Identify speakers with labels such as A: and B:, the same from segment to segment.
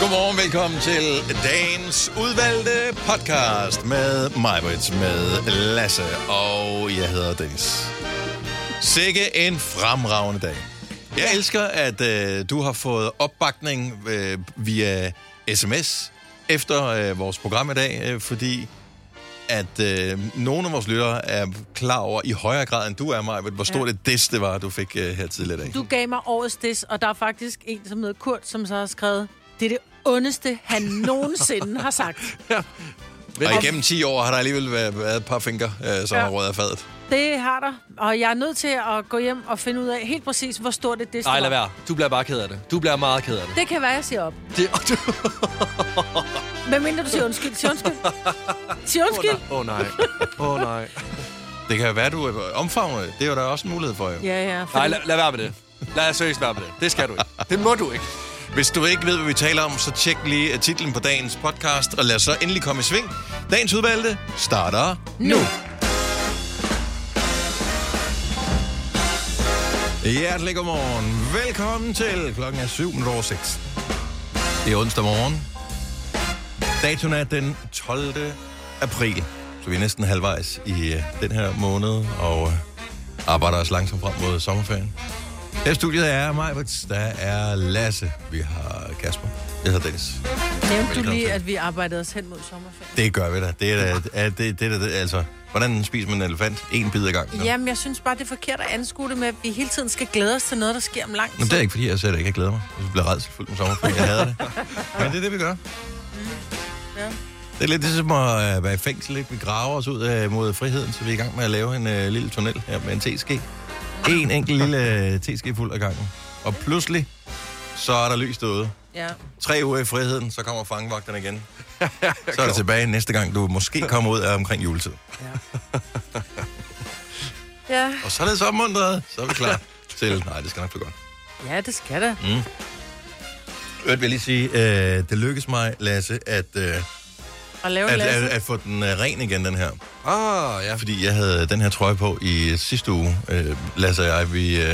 A: Godmorgen, velkommen til dagens udvalgte podcast med Majbrits, med Lasse og jeg hedder Dennis. Sikke en fremragende dag. Jeg elsker, at øh, du har fået opbakning øh, via sms efter øh, vores program i dag, øh, fordi at øh, nogle af vores lyttere er klar over i højere grad, end du er, Majbrit, hvor stort ja. et des det var, du fik øh, her tidligere i dag.
B: Du gav mig årets dis, og der er faktisk en, som hedder Kurt, som så har skrevet, det er det ondeste, han nogensinde har sagt.
A: Og igennem 10 år har der alligevel været, været et par fingre, øh, som ja.
B: Ja.
A: har røget af fadet.
B: Det har der, og jeg er nødt til at gå hjem og finde ud af helt præcis, hvor stort et dis
C: Nej,
B: det
C: lad
B: var.
C: være. Du bliver bare ked af det. Du bliver meget ked af det.
B: Det kan være, jeg siger op.
C: Det, åh, du...
B: Hvad mindre du siger undskyld? Sig undskyld. Sig undskyld.
C: Åh oh, nej. Åh oh, nej.
A: Det kan jo være, du er omfavnet. Det er jo der også en mulighed for, jo. Ja.
B: Ja, ja.
C: Nej,
B: Fordi...
C: lad, lad være med det. Lad seriøst være med det. Det skal du ikke. Det må du ikke.
A: Hvis du ikke ved, hvad vi taler om, så tjek lige øh, titlen på dagens podcast, og lad os så endelig komme i sving. Dagens udvalgte starter nu. Hjertelig godmorgen. Velkommen til. Klokken er 7.06. Det er onsdag morgen. Datoen er den 12. april. Så vi er næsten halvvejs i øh, den her måned, og øh, arbejder os langsomt frem mod sommerferien. Her i studiet er mig, der er Lasse, vi har Kasper, jeg hedder Dennis.
B: Nævnte du
A: Velkommen til.
B: lige, at vi arbejdede os hen mod sommerferien?
A: Det gør vi da. Det er da, er det, det er da, det, altså, hvordan spiser man en elefant? En bid ad gangen.
B: Jamen, jeg synes bare, det er forkert at anskue det med, at vi hele tiden skal glæde os til noget, der sker om lang tid.
A: Men det er ikke, fordi jeg selv ikke jeg glæder mig. Jeg bliver redselfuld med sommerferien. Jeg hader det. Men det er det, vi gør.
B: ja.
A: Det er lidt ligesom at øh, være i fængsel. Ikke? Vi graver os ud øh, mod friheden, så vi er i gang med at lave en øh, lille tunnel her med en teske. En enkelt lille øh, teske fuld ad gangen. Og pludselig, så er der lys derude.
B: Ja.
A: Tre uger i friheden, så kommer fangevagterne igen. Så er det tilbage næste gang, du måske kommer ud af omkring juletid.
B: Ja.
A: Og så er det så opmuntret, så er vi klar til... Nej, det skal nok blive godt.
B: ja, det skal da.
A: Mm. Øvrigt vil jeg lige sige, øh, det lykkedes mig, Lasse, at, øh,
B: Og lave
A: at, at,
B: Lasse.
A: at få den øh, ren igen, den her.
C: Åh, ja.
A: Ja, fordi jeg havde den her trøje på i sidste uge, øh, Lasse og jeg, vi, øh,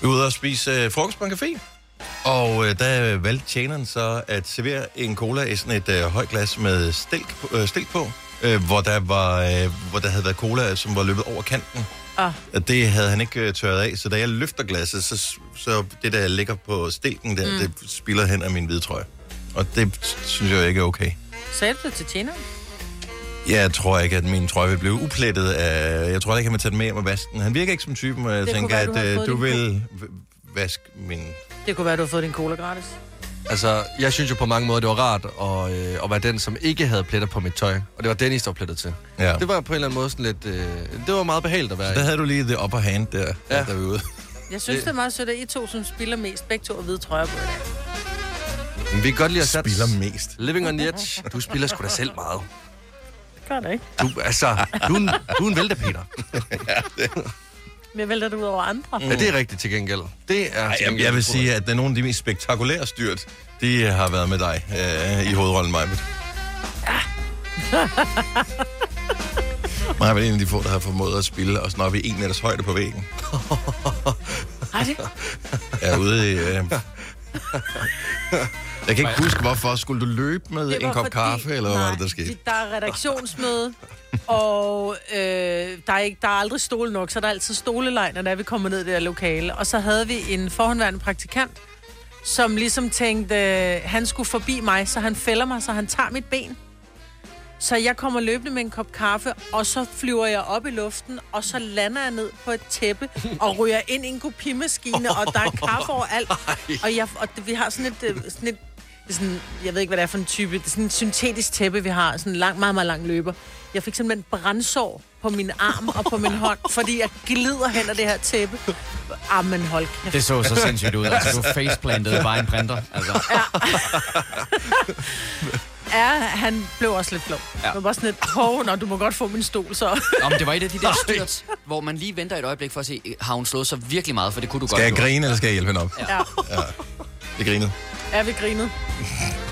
A: vi var ude og spise øh, frokost på en café. Og øh, der valgte tjeneren så at servere en cola i sådan et øh, højt glas med stilk, på- øh, stilk på, øh, hvor, der var, øh, hvor der havde været cola, som var løbet over kanten.
B: Ah.
A: Og det havde han ikke øh, tørret af, så da jeg løfter glasset, så, så det der ligger på stilken der, mm. det spiller hen af min hvide trøje. Og det synes jeg ikke er okay.
B: Sagde du det til tjeneren?
A: Jeg tror ikke, at min trøje vil blive uplettet af... Jeg tror ikke, han vil tage den med hjem og vaske den. Han virker ikke som typen, og jeg
B: Det kunne
A: tænker,
B: være, du
A: at
B: har
A: øh,
B: fået
A: du
B: din
A: vil v- vaske min...
B: Det kunne være, du har fået din cola gratis.
C: Altså, jeg synes jo på mange måder, det var rart at, øh, at være den, som ikke havde pletter på mit tøj. Og det var Dennis, der var plettet til.
A: Ja.
C: Det var på en eller anden måde sådan lidt... Øh, det var meget behageligt at være i.
A: Der havde du lige the upper hand der, ja.
C: Ja.
A: der vi ude.
B: Jeg synes, det,
C: Det-
B: det er meget sødt, at I to, som spiller mest, begge to har hvide trøjer på i dag.
C: Men vi kan godt lide at sætte...
A: Spiller mest.
C: Living on the edge. Du spiller sgu da selv meget.
B: Det gør det ikke.
C: Du, altså, du, er en- du er en vælter, Peter.
B: Men vælter du ud over andre. Mm.
C: Ja, det er rigtigt til gengæld. Det er til
A: Ej, jeg,
C: gengæld,
A: jeg vil
C: tror
A: sige, at det er nogle af de mest spektakulære styrt, de har været med dig øh, i hovedrollen, Maja. Maja er en af de få, der har formået at spille og snoppe i en meters højde på væggen.
B: Har det?
A: er ude i... Øh... Jeg kan ikke huske, hvorfor skulle du løbe med en kop kaffe, eller hvad var det, der skete?
B: Der er redaktionsmøde, og øh, der, er ikke, der er aldrig stole nok, så der er altid stoleleg, når det er, vi kommer ned i det der lokale. Og så havde vi en forhåndværende praktikant, som ligesom tænkte, øh, han skulle forbi mig, så han fælder mig, så han tager mit ben. Så jeg kommer løbende med en kop kaffe, og så flyver jeg op i luften, og så lander jeg ned på et tæppe, og ryger ind i en kopimaskine, og der er kaffe overalt. Og, jeg, og det, vi har sådan et, øh, sådan et det er sådan, jeg ved ikke, hvad det er for en type, det er sådan et syntetisk tæppe, vi har, sådan en lang, meget, meget lang løber. Jeg fik simpelthen brændsår på min arm og på min hånd, fordi jeg glider hen ad det her tæppe. Ah, men hold kæft.
D: Det så så sindssygt ud. Altså, du faceplantede bare en printer. Altså,
B: Ja, han blev også lidt flov. Ja. Det var bare sådan et, hov, nå, du må godt få min stol, så.
D: om det var et af de der styrt, hvor man lige venter et øjeblik for at se, har hun slået sig virkelig meget, for det kunne du
A: Skal
D: godt
A: jeg grine, eller skal jeg hjælpe hende op?
B: Ja,
A: Jeg grinede.
B: ja vi grinede.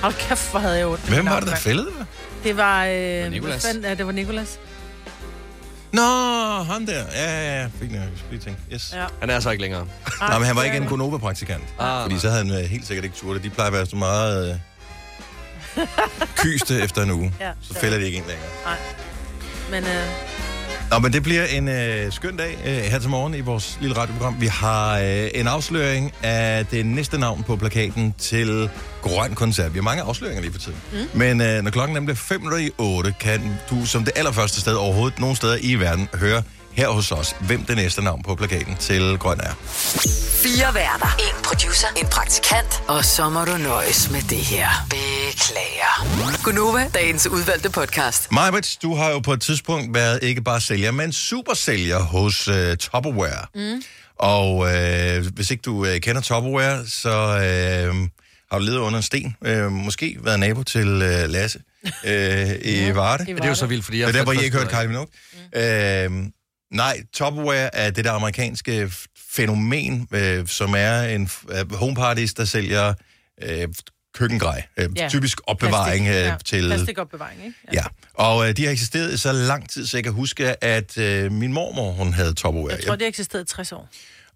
B: Hold kæft, hvor havde jeg ondt.
A: Hvem var det, der fældede dig?
B: Det var... Øh,
D: Nicolas.
B: hvad fanden- ja, det var Nikolas.
A: Nå, ham der. Ja, ja, ja. Fint nok. Fint ting. Yes.
B: Ja.
C: Han er altså ikke længere.
A: Nej, men han var ikke en Gonova-praktikant.
C: Ah,
A: Fordi så havde han øh, helt sikkert ikke turde. De plejer at være så meget øh, kyste efter en uge.
B: Ja.
A: Så fælder de ikke en længere.
B: Men øh,
A: Nå, men det bliver en øh, skøn dag øh, her til morgen i vores lille radioprogram. Vi har øh, en afsløring af det næste navn på plakaten til Grøn Koncert. Vi har mange afsløringer lige for tiden. Mm. Men øh, når klokken nemlig er 5 i 8, kan du som det allerførste sted overhovedet nogen steder i verden høre her hos os, hvem det næste navn på plakaten til Grøn er.
E: Fire værter. En producer. En praktikant. Og så må du nøjes med det her. Beklager. Gunova, dagens udvalgte podcast.
A: Majbrit, du har jo på et tidspunkt været ikke bare sælger, men supersælger hos øh, Tupperware. Mm. Og øh, hvis ikke du øh, kender Tupperware, så øh, har du levet under en sten. Øh, måske været nabo til øh, Lasse øh, i Varde.
B: i
A: Det
C: Men det er jo så vildt, fordi jeg...
A: er der, hvor I ikke hørte Kylie Minogue. Øh, nej, Tupperware er det der amerikanske f- fænomen, øh, som er en f- øh, homeparties, der sælger øh, køkkengrej. Øh,
B: Ja.
A: Typisk opbevaring øh,
B: ja,
A: til
B: Plastikopbevaring, ikke?
A: Ja, og øh, de har eksisteret i så lang tid, så jeg kan huske, at øh, min mormor, hun havde Tupperware.
B: Jeg tror, det har eksisteret i 60 år.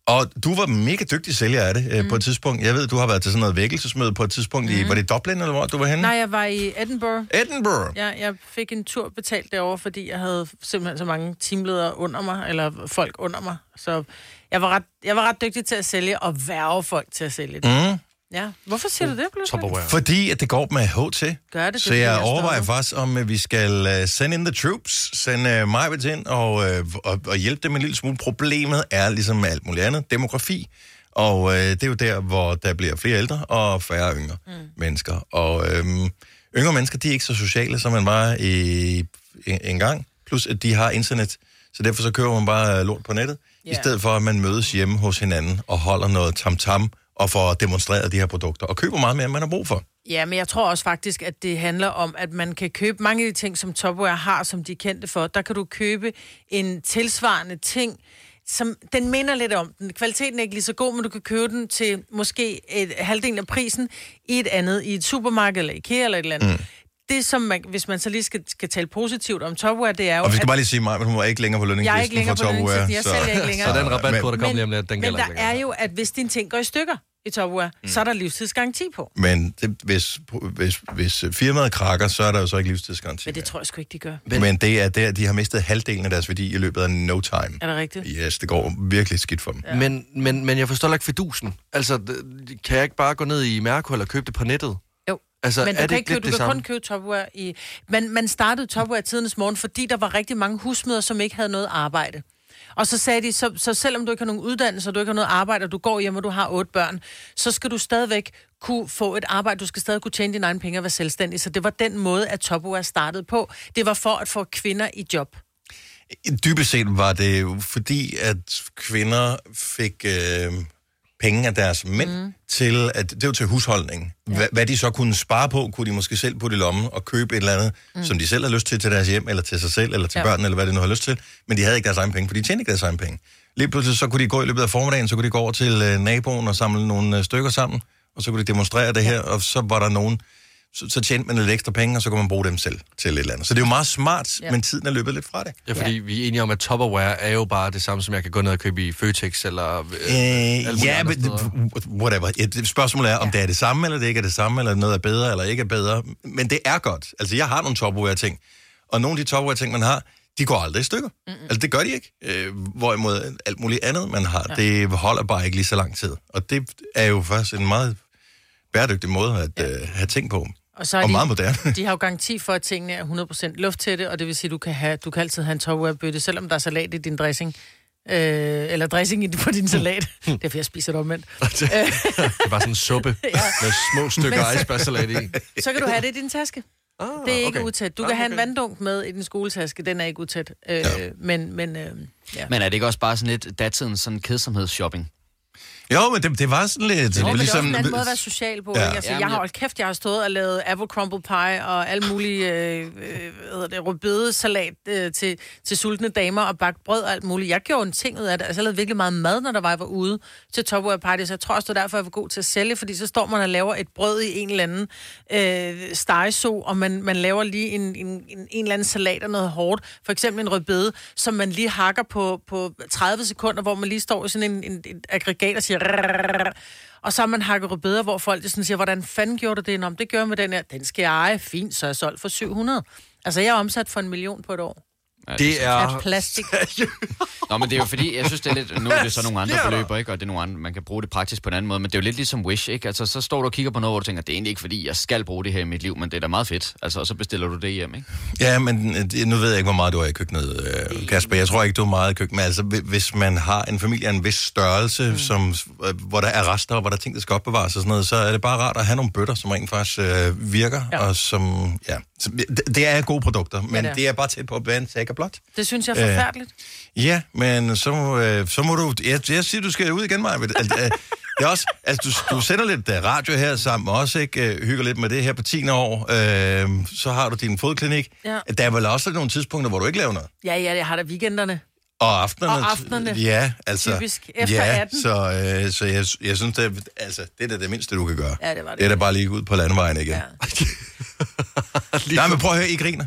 A: Og du var mega dygtig sælger af det øh, mm. på et tidspunkt. Jeg ved, du har været til sådan noget vækkelsesmøde på et tidspunkt mm. i, var det Dublin, eller hvor du var henne?
B: Nej, jeg var i Edinburgh.
A: Edinburgh. Ja.
B: Ja, jeg fik en tur betalt derovre, fordi jeg havde simpelthen så mange teamledere under mig, eller folk under mig. Så jeg var ret, jeg var ret dygtig til at sælge, og værve folk til at sælge det.
A: Mm.
B: Ja. Hvorfor siger du det, pludselig?
C: Tupperware.
A: Fordi at det går med HT.
B: Gør det, det
A: Så
B: bliver
A: jeg
B: jeg
A: overvejer
B: stoppet.
A: faktisk, om øh, vi skal øh, send in the troops, sende øh, Majbet ind og, øh, og, og hjælpe dem en lille smule. Problemet er ligesom med alt muligt andet, demografi. Og øh, det er jo der, hvor der bliver flere ældre og færre yngre mm. mennesker. Og øh, yngre mennesker, de er ikke så sociale, som man var i, en, en gang. Plus, at de har internet, så derfor så kører man bare øh, lort på nettet. Yeah. I
B: Ja.
A: stedet for, at man mødes hjemme hos hinanden og holder noget tam-tam og får demonstreret de her produkter. Og køber meget mere, end man har brug for.
B: Ja, men jeg tror også faktisk, at det handler om, at man kan købe mange af de ting, som Topware har, som de er kendte for. Der kan du købe en tilsvarende ting, som den minder lidt om den. Kvaliteten er ikke lige så god, men du kan købe den til måske et, halvdelen af prisen i et andet, i et supermarked eller IKEA eller et eller andet. Mm. Det, som man, hvis man så lige skal, skal tale positivt om Topware, det er jo,
A: Og vi skal
B: at
A: bare lige sige mig, men hun var ikke længere på
B: jeg er
A: lønningslisten
B: ikke længere på
A: for Topware.
B: den, jeg sælger ikke længere.
C: Så den rabatkode, der kommer lige om lidt, den
B: men
C: gælder
B: der
C: ikke
B: er
C: længere.
B: jo, at hvis dine ting går i stykker i Topware, mm. så er der livstidsgaranti på.
A: Men, men det, hvis, hvis, hvis firmaet krakker, så er der jo så ikke livstidsgaranti.
B: Men det tror jeg sgu ikke, de gør.
A: Men, men det er der, de har mistet halvdelen af deres værdi i løbet af no time.
B: Er det rigtigt?
A: Yes, det går virkelig skidt for dem. Ja.
C: Men, men, men jeg forstår heller ikke fidusen. Altså, d- kan jeg ikke bare gå ned i Mærko eller købe det på nettet?
B: Jo.
C: Altså,
B: Men
C: er
B: du
C: det
B: kan,
C: ikke
B: ikke købe,
C: lidt
B: du
C: det
B: kan kun
C: samme?
B: købe Tupperware i... Man, man startede Tupperware i tidens morgen, fordi der var rigtig mange husmøder, som ikke havde noget arbejde. Og så sagde de, så, så selvom du ikke har nogen uddannelse, og du ikke har noget arbejde, og du går hjem, og du har otte børn, så skal du stadigvæk kunne få et arbejde. Du skal stadig kunne tjene dine egne penge og være selvstændig. Så det var den måde, at Tupperware startede på. Det var for at få kvinder i job.
A: Dybest set var det jo fordi, at kvinder fik øh, penge af deres mænd mm. til, at det var til husholdningen. Ja. Hva, hvad de så kunne spare på, kunne de måske selv putte i lommen og købe et eller andet, mm. som de selv har lyst til til deres hjem, eller til sig selv, eller til ja.
B: Ja.
A: børnene, eller hvad de nu har lyst til. Men de havde ikke deres egen penge, for de tjente ikke deres egen penge. Lige pludselig så kunne de gå i løbet af formiddagen, så kunne de gå over til øh, naboen og samle nogle øh, stykker sammen, og så kunne de demonstrere det her, og så var der nogen, så, så tjente man lidt ekstra penge, og så kunne man bruge dem selv til et eller andet. Så det er jo meget smart, ja. men tiden er løbet lidt fra det.
C: Ja, fordi vi er enige om, at Tupperware er jo bare det samme, som jeg kan gå ned og købe i Føtex eller... Øh, alle
A: Øh,
C: mulige
A: ja,
C: andre
A: men
C: steder.
A: whatever. Ja, det- Spørgsmålet er, om det er det samme, eller det ikke er det samme, eller noget er bedre, eller ikke er bedre. Men det er godt. Altså, jeg har nogle topware-ting, og nogle af de topware-ting, man har, de går aldrig i stykker. Mm-hmm. Altså, det gør de ikke. Øh, hvorimod alt muligt andet, man har, ja. det holder bare ikke lige så lang tid. Og det er jo faktisk en meget bæredygtig måde at ja. øh, have ting på.
B: Og, så er
A: Og
B: de,
A: meget moderne.
B: De har jo garanti for, at tingene er 100% lufttætte, og det vil sige, at du kan, have, du kan altid have en topwarebøtte, selvom der er salat i din dressing. Øh, eller dressing i- på din salat. det er, fordi jeg spiser det omvendt.
C: Det er bare sådan en suppe med små stykker icebergsalat i.
B: Så kan du have det i din taske.
C: Ah,
B: Det er ikke
C: okay.
B: okay. utæt. Du
C: Ah,
B: kan have en
C: okay.
B: vanddunk med i din skoletaske. Den er ikke utæt. Øh, Men, men øh, ja.
D: Men er det ikke også bare sådan lidt datidens sådan kedsomhedsshopping?
A: Jo, men det, det var sådan lidt...
B: Det er
A: var
B: ligesom... også en anden måde at være social på.
A: Ja.
B: Ja. Ikke? Altså,
D: Jamen,
B: jeg har
D: jeg-
B: holdt kæft, jeg har stået og lavet apple crumble pie og alle mulige øh, øh, hvad hedder det, rødbedesalat øh, til, til sultne damer og bagt brød og alt muligt. Jeg gjorde en ting ud af det. Altså, jeg lavede virkelig meget mad, når der var, jeg var ude til Topware Party, så jeg tror også, det var derfor, jeg var god til at sælge, fordi så står man og laver et brød i en eller anden øh, stegeso, og man, man laver lige en, en, en, en eller anden salat og noget hårdt. For eksempel en rødbede, som man lige hakker på, på 30 sekunder, hvor man lige står i sådan en, en, en aggregat og siger... Og så har man hakket rødbeder, hvor folk de sådan siger, hvordan fanden gjorde du det? Nå, men det gør jeg med den her. Den skal jeg eje. Fint, så er jeg solgt for 700. Altså, jeg er omsat for en million på et år.
F: Ja,
C: Det
B: Af
C: er...
B: plastik.
F: Nå, men det er jo fordi, jeg synes, det er lidt... Nu er det så nogle andre
C: sker der?
F: beløber, ikke? Og det er nogle andre, man kan bruge det praktisk på en anden måde. Men det er jo lidt ligesom Wish, ikke? Altså, så står du og kigger på noget, hvor du tænker, det er egentlig ikke fordi, jeg skal bruge det her i mit liv, men det er da meget fedt. Altså, og så bestiller du det hjem, ikke?
A: Ja, men øh, det- nu ved jeg ikke, hvor meget du er i køkkenet, øh, Kasper. Jeg tror ikke, du er meget i køkkenet. Men altså, hvi- hvis man har en familie af en vis størrelse, mm. som, øh, hvor der er rester, og hvor der er ting, der skal opbevares og sådan noget, så er det bare rart at have nogle bøtter, som rent faktisk øh, virker. Ja.
B: Ja.
A: Og som, ja. Så, det, det er gode produkter, men ja, det,
B: det
A: er.
B: er.
A: det er bare tæt på at være en sæk og blot.
B: Det synes jeg er forfærdeligt.
A: Ja, men så, må- øh, så må du... Jeg, jeg siger, du skal ud igen, Maja. Altså, øh, det er også, altså, du, du sender lidt øh, radio her sammen med os, ikke? Øh, hygger lidt med det her på 10. år. Øh, så har du din fodklinik.
B: Ja.
A: Der er vel også nogle tidspunkter, hvor du ikke laver noget.
B: Ja, ja, jeg har da weekenderne.
A: Og aftenerne.
B: Og aftenerne.
A: Ja, altså.
B: Typisk efter
A: ja,
B: 18.
A: så, øh, så jeg, jeg synes, det, er- altså, det er da det mindste, du kan gøre.
B: Ja, det var det.
A: Det er da bare lige ud på landevejen igen. Ja.
C: Lige
A: Nej, men prøv at høre, I griner.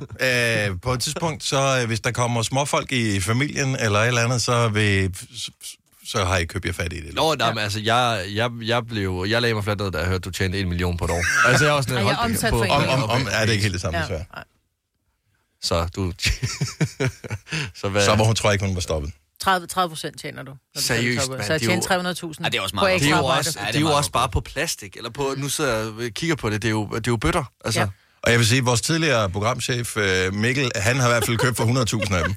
A: Øh, på et tidspunkt, så øh, hvis der kommer småfolk i familien eller et eller andet, så, vil, så, så har I købt jer fat i det.
C: Nå, nej, men altså, jeg, jeg, jeg, blev, jeg lagde mig fladt ned, da jeg hørte, du tjente en million på et år. Altså, jeg er også
B: Ej,
C: nede
B: jeg er omsat for en
A: Om, om, om, er det ikke helt det samme,
B: Ja.
A: ja. desværre.
B: Nej.
C: Så du... så hvad...
A: Så hvor hun tror jeg ikke, hun var stoppet.
B: 30, 30 procent tjener du. når du
C: Seriøst,
B: tager det
C: mand,
B: Så jeg
C: det er jo-
B: tjener 300.000.
F: Ja, det er også
B: på
F: meget.
C: Det
B: ekstra
C: er jo
B: arbejde.
C: også,
F: Ja, det er
C: det er jo
F: meget
C: også bare på plastik, eller på, nu sidder jeg og kigger på det, det er jo, det er jo bøtter, altså.
B: Ja.
A: Og jeg vil sige, at vores tidligere programchef, øh, Mikkel, han har i hvert fald købt for 100.000 af dem.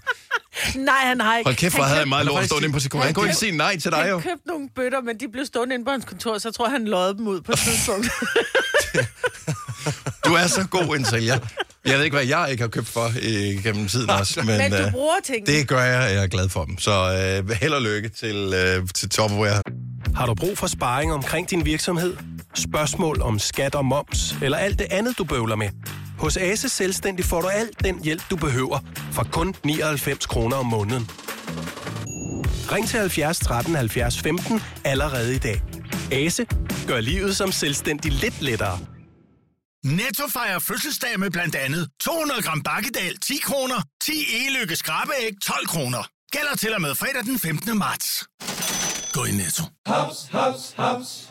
B: Nej, han har ikke.
A: Hold kæft, hvor
B: Han
A: havde
B: købte-
A: jeg meget lort stående inde på sekunden. Han kunne ikke sige nej til dig, jo.
B: Han købte nogle bøtter, men de blev stående inde på hans kontor, så jeg tror, han løjede dem ud på et tidspunkt.
A: Du er så god en sælger. Jeg ved ikke, hvad jeg ikke har købt for øh, gennem tiden også, men,
B: men du
A: øh,
B: bruger tingene.
A: det gør jeg, og jeg er glad for dem. Så øh, held og lykke til, øh, til Topware.
G: Har du brug for sparring omkring din virksomhed? Spørgsmål om skat og moms, eller alt det andet, du bøvler med? Hos Ase Selvstændig får du alt den hjælp, du behøver, for kun 99 kroner om måneden. Ring til 70 13 70 15 allerede i dag. Ase gør livet som selvstændig lidt lettere.
H: Netto fejrer fødselsdag med blandt andet 200 gram bakkedal 10 kroner, 10 e-lykke skrabeæg 12 kroner. Gælder til og med fredag den 15. marts. Gå i Netto.
I: Haps, haps, haps.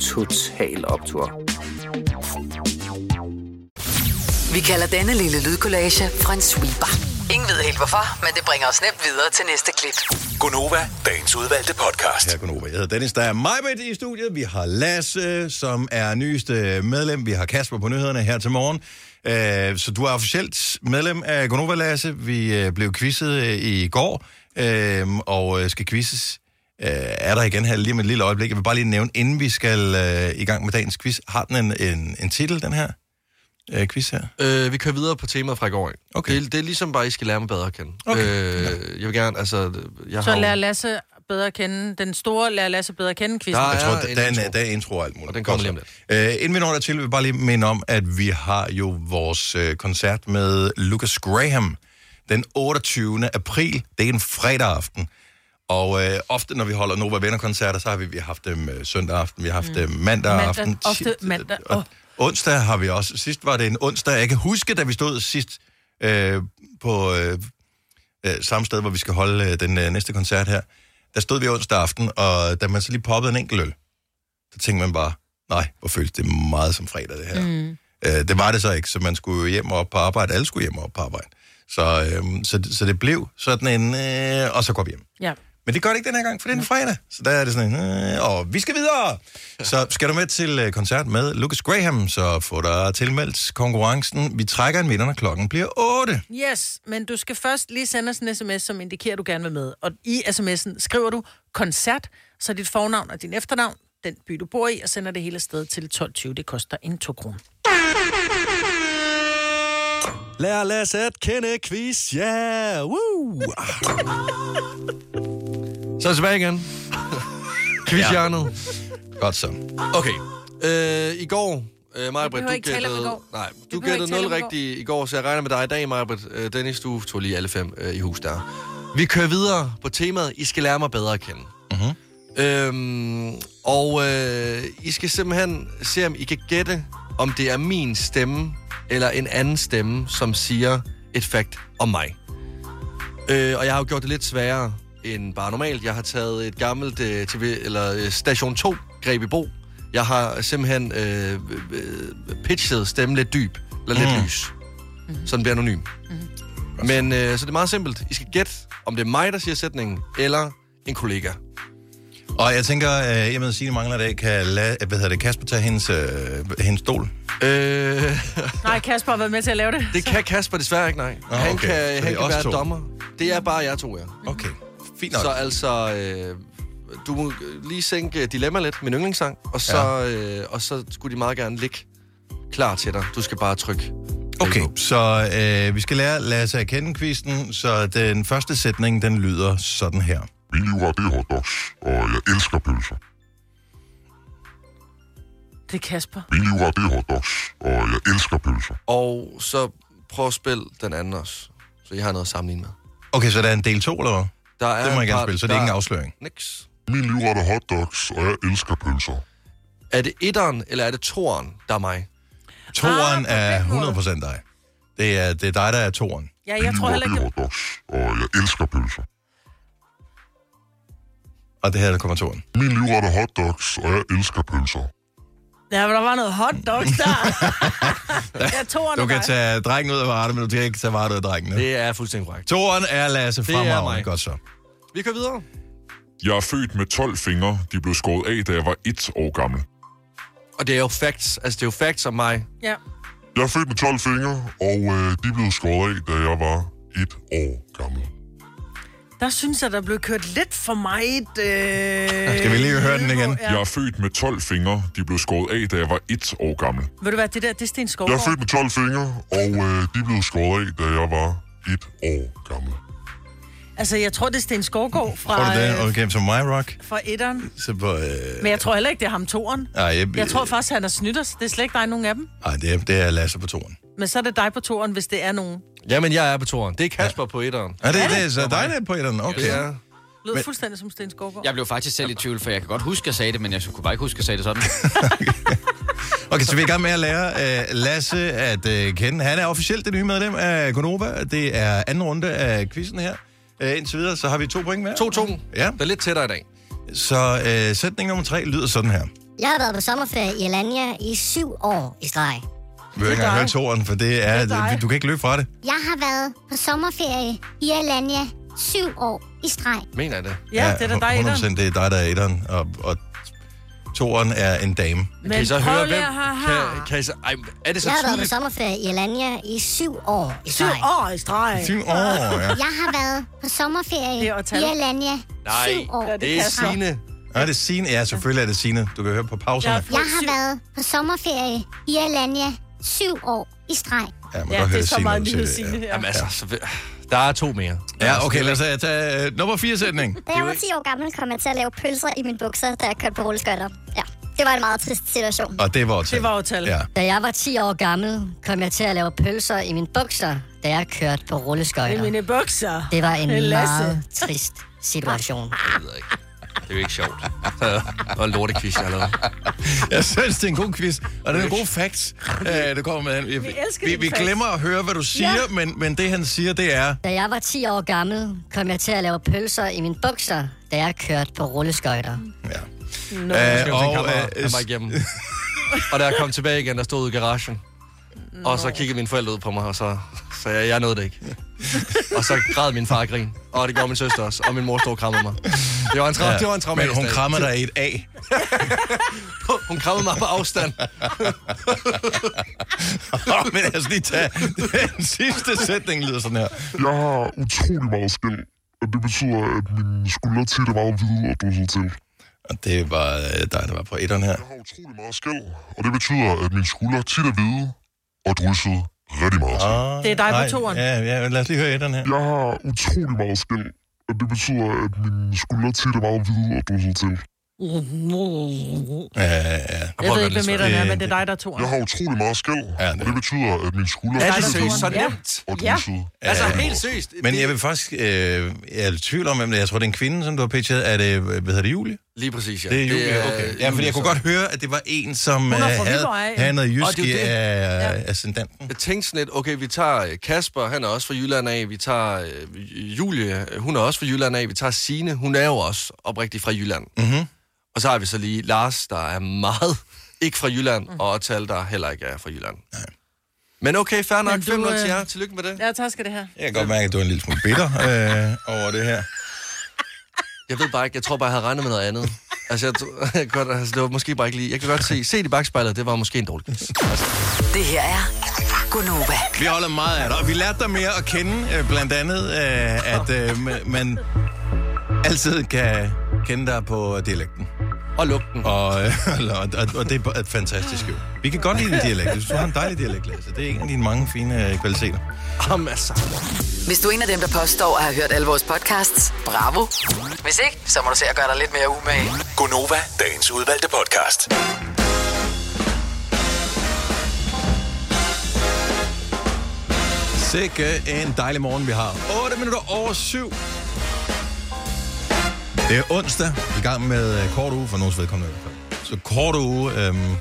J: Total Optor.
E: Vi kalder denne lille lydkollage en sweeper. Ingen ved helt hvorfor, men det bringer os nemt videre til næste klip.
H: Gonova, dagens udvalgte podcast.
A: Her Gunova. Jeg hedder Dennis, der er Majbet i studiet. Vi har Lasse, som er nyeste medlem. Vi har Kasper på nyhederne her til morgen. Øh, Så du er officielt medlem af Gunova, Lasse. Vi øh, blev quizzet øh, i går, øh, og øh, skal quizzes øh, er der igen her lige om et lille øjeblik. Jeg vil bare lige nævne, inden vi skal øh, i gang med dagens quiz. Har den en, en, en titel, den her øh, quiz her?
C: Øh, vi kører videre på temaet fra i går. ikke?
A: Okay.
C: Det, er- det er ligesom bare, I skal lære mig bedre at kende.
A: Okay.
C: Øh, jeg vil gerne, altså... Jeg
B: Så
C: har jo-
B: lær Lasse bedre at kende. Den store lær Lasse bedre at kende quiz.
C: Der
A: Jeg
C: er
A: tror, der,
C: en
A: der, er en,
C: intro.
A: der er intro og alt muligt.
C: Og den kommer lige om
A: Godt så. Øh, inden vi når dertil, vil jeg bare lige minde om, at vi har jo vores øh, koncert med Lucas Graham den 28. april. Det er en fredag aften. Og øh, ofte, når vi holder Nova Venner-koncerter, så har vi, vi har haft dem øh, søndag aften, vi har haft dem mm. mandag,
B: Mandag,
A: aften.
B: ofte
A: tit-
B: mandag.
A: og
B: Åh.
A: Onsdag har vi også. Sidst var det en onsdag. Jeg kan huske, da vi stod sidst øh, på øh, øh, samme sted, hvor vi skal holde øh, den øh, næste koncert her. Der stod vi onsdag aften, og da man så lige poppede en enkelt øl, så tænkte man bare, nej, hvor føles det meget som fredag, det her. Mm. Øh, det var det så ikke, så man skulle jo hjem og op på arbejde. Alle skulle hjem og op på arbejde. Så, øh, så, så det blev sådan en, øh, og så går vi hjem.
B: Ja.
A: Men det gør det ikke den her gang, for det er en fredag. Så der er det sådan, øh, og vi skal videre. Så skal du med til øh, koncert med Lucas Graham, så få dig tilmeldt konkurrencen. Vi trækker en vinder, når klokken bliver 8.
B: Yes, men du skal først lige sende os en sms, som indikerer, at du gerne vil med. Og i sms'en skriver du koncert, så dit fornavn og din efternavn, den by, du bor i, og sender det hele sted til 12.20. Det koster en 2 kroner.
K: Lær Lasse at kende quiz, ja! Yeah. Woo!
C: Så er jeg tilbage igen. Quizjernet.
A: Godt så.
C: Okay. Øh, I går, øh, Majbrit,
B: behøver
C: du
B: ikke tale om i går.
C: Nej,
B: Vi
C: du
B: behøver ikke
C: gættede
B: tale
C: noget
B: om i går.
C: rigtigt i går, så jeg regner med dig i dag, Majbrit. Øh, Dennis, du tog lige alle fem øh, i hus der. Vi kører videre på temaet, I skal lære mig bedre at kende.
A: Mhm.
C: Mm-hmm. Øhm, og øh, I skal simpelthen se, om I kan gætte, om det er min stemme, eller en anden stemme, som siger et fakt om mig. Øh, og jeg har jo gjort det lidt sværere end bare normalt. Jeg har taget et gammelt øh, TV, eller øh, Station 2 greb i brug. Jeg har simpelthen øh, øh, pitchet stemmen lidt dyb, eller lidt mm. lys. Så den bliver anonym. Mm. Men øh, så det er meget simpelt. I skal gætte, om det er mig, der siger sætningen, eller en kollega.
A: Og jeg tænker, øh, jeg med Signe mangler i dag, kan lade, hvad hedder det, Kasper tage hendes, øh, hendes stol?
C: Øh,
B: Nej, Kasper har været med til at lave det.
C: det kan Kasper desværre ikke, nej.
A: Nå,
C: han
A: okay. Så det
C: kan,
A: er
C: han kan
A: os
C: være
A: to.
C: dommer. Det er bare jer to, ja.
A: Okay, fint
C: Så altså, øh, du må lige sænke Dilemma lidt, min yndlingssang, og så, øh, og så skulle de meget gerne ligge klar til dig. Du skal bare trykke.
A: Okay, så øh, vi skal lære Lasse at kende quizzen, så den første sætning, den lyder sådan her.
L: Min livret, det er hotdogs, og jeg elsker pølser.
B: Det er Kasper.
L: Min livret, det er hotdogs, og jeg elsker pølser.
C: Og så prøv at spille den anden også, så I har noget at sammenligne med.
A: Okay, så der er en del 2, eller hvad?
C: Der er
A: det må jeg
C: et
A: gerne
C: par-
A: spille, så det er
C: der-
A: ikke en afsløring.
C: Niks.
L: Min livret er hotdogs, og jeg elsker pølser.
C: Er det etteren, eller er det toeren, der er mig?
B: Ah,
A: Toren er 100% dig. Det er, det er dig, der er toren.
B: Ja, jeg tror heller ikke...
L: Hotdogs, og jeg elsker pølser.
A: Og det her, der kommer toren.
L: Min livret er hotdogs, og jeg elsker pølser.
B: Ja, men der var noget hot dogs der. jeg tog
A: Du kan tage drengen ud af varten, men du kan ikke tage varten ud af drengene.
C: Det er fuldstændig korrekt.
A: Toren er Lasse
L: Det er
A: fremragende.
L: mig.
A: Godt så.
C: Vi kører videre.
L: Jeg er født med 12 fingre. De blev skåret af, da jeg var 1 år gammel.
C: Og det er jo facts. Altså, det er jo facts om mig.
B: Ja.
L: Jeg er født med 12 fingre, og øh, de blev skåret af, da jeg var 1 år gammel.
B: Der synes jeg, der blev kørt lidt for meget... Øh...
L: Skal vi lige
B: høre den igen? Ja.
L: Jeg er født med 12 fingre. De blev skåret af, da jeg var 1 år gammel.
B: Ved du hvad, det der, det er Sten
L: Jeg
B: Skovgaard.
L: er født med 12 fingre, og øh, de blev skåret af, da jeg var 1 år gammel.
B: Altså, jeg tror, det er Sten Skovgaard fra,
A: Tror du det?
B: øh,
A: Okay, så My Rock.
B: fra etteren.
A: Så på, øh,
B: Men jeg tror heller ikke, det er ham toren.
A: Nej, jeg-
B: jeg tror faktisk, han er snytters. Det er slet ikke dig nogen af dem.
A: ej, det, er, det er Lasse på toren.
B: Men så er det dig på toren, hvis det er nogen.
C: Jamen, jeg er på toeren. Det er Kasper ja. på etteren.
A: Er det, det, så dig, der er på etteren? Okay.
C: Ja.
B: Lød
F: Men-
B: fuldstændig som Sten Skovgaard.
F: Jeg blev faktisk selv i tvivl, for jeg kan godt huske, at jeg sagde det, men jeg kunne bare ikke huske, at jeg sagde det sådan.
A: Okay, så vi er i gang med at lære uh, Lasse at uh, kende. Han er officielt det nye medlem af Konoba. Det er anden runde af quizzen her. Uh, indtil videre, så har vi to point med. To,
C: to.
A: Ja.
C: Det er lidt tættere i dag.
A: Så uh, sætning nummer tre lyder sådan her.
M: Jeg har været på sommerferie i Alanya i syv år i streg.
A: Vi vil ikke engang høre toren, for det er,
M: Det er dig.
A: du kan ikke løbe fra det.
M: Jeg har været på sommerferie i Alanya syv år i streg.
C: Mener jeg det?
M: Ja, det er da dig, etteren.
A: 100% det er dig, der er etteren. Og, og toren er en dame.
M: Men Kan I så høre, prøv lige hvem- at have her.
C: Kan, kan I så, ej, er det så
M: jeg har været på
C: tydeligt?
M: sommerferie i Alanya i syv år i
B: Syv
M: streg.
B: år i streg.
A: Syv år, ja.
M: Jeg har været på sommerferie i Alanya syv år
A: Nej,
M: i
A: det er
M: streg.
A: Signe. Nej, det er Signe. Ja, selvfølgelig er det Signe. Du kan høre på pauserne.
M: Jeg har været på sommerferie i Alanya syv år i streg.
A: Ja, man kan godt høre Signe, når du siger det.
M: Signe
C: Jamen altså, så, vi- der er to mere.
A: Ja, okay, lad os øh, tage uh, nummer 4 sætning.
M: Da jeg var 10 år gammel, kom jeg til at lave pølser i mine bukser, da jeg kørte på rulleskøjter. Ja, det var en meget trist situation.
A: Og det var jo tal.
M: Det var jo
A: tal. Ja.
N: Da jeg var 10 år gammel, kom jeg til at lave pølser i mine bukser, da jeg kørte på rulleskøjter.
B: I mine bukser.
N: Det var en
B: Lasse.
N: meget trist situation.
C: Det er jo ikke sjovt. Og lortekvist, jeg har lavet.
A: Jeg synes, det er en god quiz, og det er en god facts, øh, du kommer med. Vi,
N: elsker
A: vi,
N: dine
A: vi
N: facts.
A: glemmer at høre, hvad du siger,
N: Ja.
A: men, men det, han siger, det er...
N: Da jeg var 10 år gammel, kom jeg til at lave pølser i mine bukser, da jeg kørte på rulleskøjter.
C: Nå. Jeg skrev til en
A: Øh, og,
C: kammerat,
A: øh,
C: han var igennem. og da jeg kom tilbage igen, der stod ude i garagen. Og så kiggede mine forældre ud på mig, og så sagde jeg, jeg nåede det ikke. og så græd min far og grin. Og det gjorde min søster også, og min mor stod og krammede mig. Det var en, tra- ja,
A: Ja,
C: det var en traumatisk
A: men hun
C: dag.
A: krammede dig i et A.
C: hun krammede mig på afstand.
A: Åh, men lad os lige tage den sidste sætning, lyder sådan her.
L: Jeg har utrolig meget skæld, og det betyder, at mine skuldre tit er meget hvide og drysset til.
A: Og det var øh, dig, der var på etteren her.
L: Jeg har utrolig meget skæld, og det betyder, at mine skuldre tit er hvide og drysset rigtig meget til.
B: Det er dig på toeren.
A: Ah, Ja, ja, men lad os lige høre etteren her.
L: Jeg har utrolig meget skæld, og det betyder, at mine skuldre tit er meget hvide og drysset til.
A: Ja, ja, ja.
B: Jeg ved ikke, hvad midteren er, men det er dig, der er
L: Jeg
B: toeren.
L: har utrolig meget skæld, og det betyder, at mine skuldre...
B: Er det seriøst så
L: Ja.
B: nemt?
L: Og
B: Ja.
L: drysset.
C: Altså,
A: Øh,
C: helt seriøst.
A: Men jeg vil faktisk... Øh, jeg er lidt i tvivl om, hvem det er. Jeg tror, det er en kvinde, som du har pitchet. Er det, hvad hedder det, Julie?
C: Lige præcis, ja.
A: Det er øh, Julie,
C: Det er
A: okay. Ja,
C: Julie,
A: fordi jeg kunne
C: så.
A: godt høre, at det var en, som øh,
C: Hun er fra
A: havde,
C: Viborg, ikke?
A: havde noget
C: Og
A: jysk
C: det
A: i
C: er jo det.
A: øh, ascendanten.
C: Jeg tænkte sådan lidt, okay, vi tager øh, Kasper, han er også fra Jylland af, vi tager øh, Julie, øh, hun er også fra Jylland af, vi tager Sine, hun er jo også oprigtigt fra Jylland.
A: Mm-hmm.
C: Og så har vi så lige Lars, der er meget ikke fra Jylland, mm. og Tal, der heller ikke er fra Jylland. Nej. Men okay, fair nok, 5 til jer. Tillykke med det.
B: øh, Ja, tak skal det her.
A: øh, Jeg kan godt mærke, at du er en lille smule bitter øh, over det her.
C: Jeg ved bare ikke, jeg tror bare, jeg havde regnet med noget andet. Altså, jeg, tror- jeg kan godt, altså, det var måske bare ikke lige... Jeg kan godt se, se det i bagspejlet, det var måske en dårlig quiz. Altså,
E: Det her er Gunova.
A: Vi holder meget af dig, og vi lærte dig mere at kende, øh, blandt andet, øh, at øh, ma- man altid kan kende dig på dialekten.
C: Og lugten.
A: Og, øh, og, og, og det er fantastisk jo. Vi kan godt lide din dialekt. Jeg synes, du har en dejlig dialekt, Lasse. Det er en af dine mange fine øh, kvaliteter.
C: Jamen, altså.
E: Hvis du er en af dem, der påstår at have hørt alle vores podcasts, bravo. Hvis ikke, så må du se at gøre dig lidt mere umage.
O: Gonova, dagens udvalgte podcast.
A: Sikke en dejlig morgen, vi har. 8 minutter over 7. Det er onsdag, i gang med øh, kort uge for nogens vedkommende. i hvert fald. Så kort uge, øhm,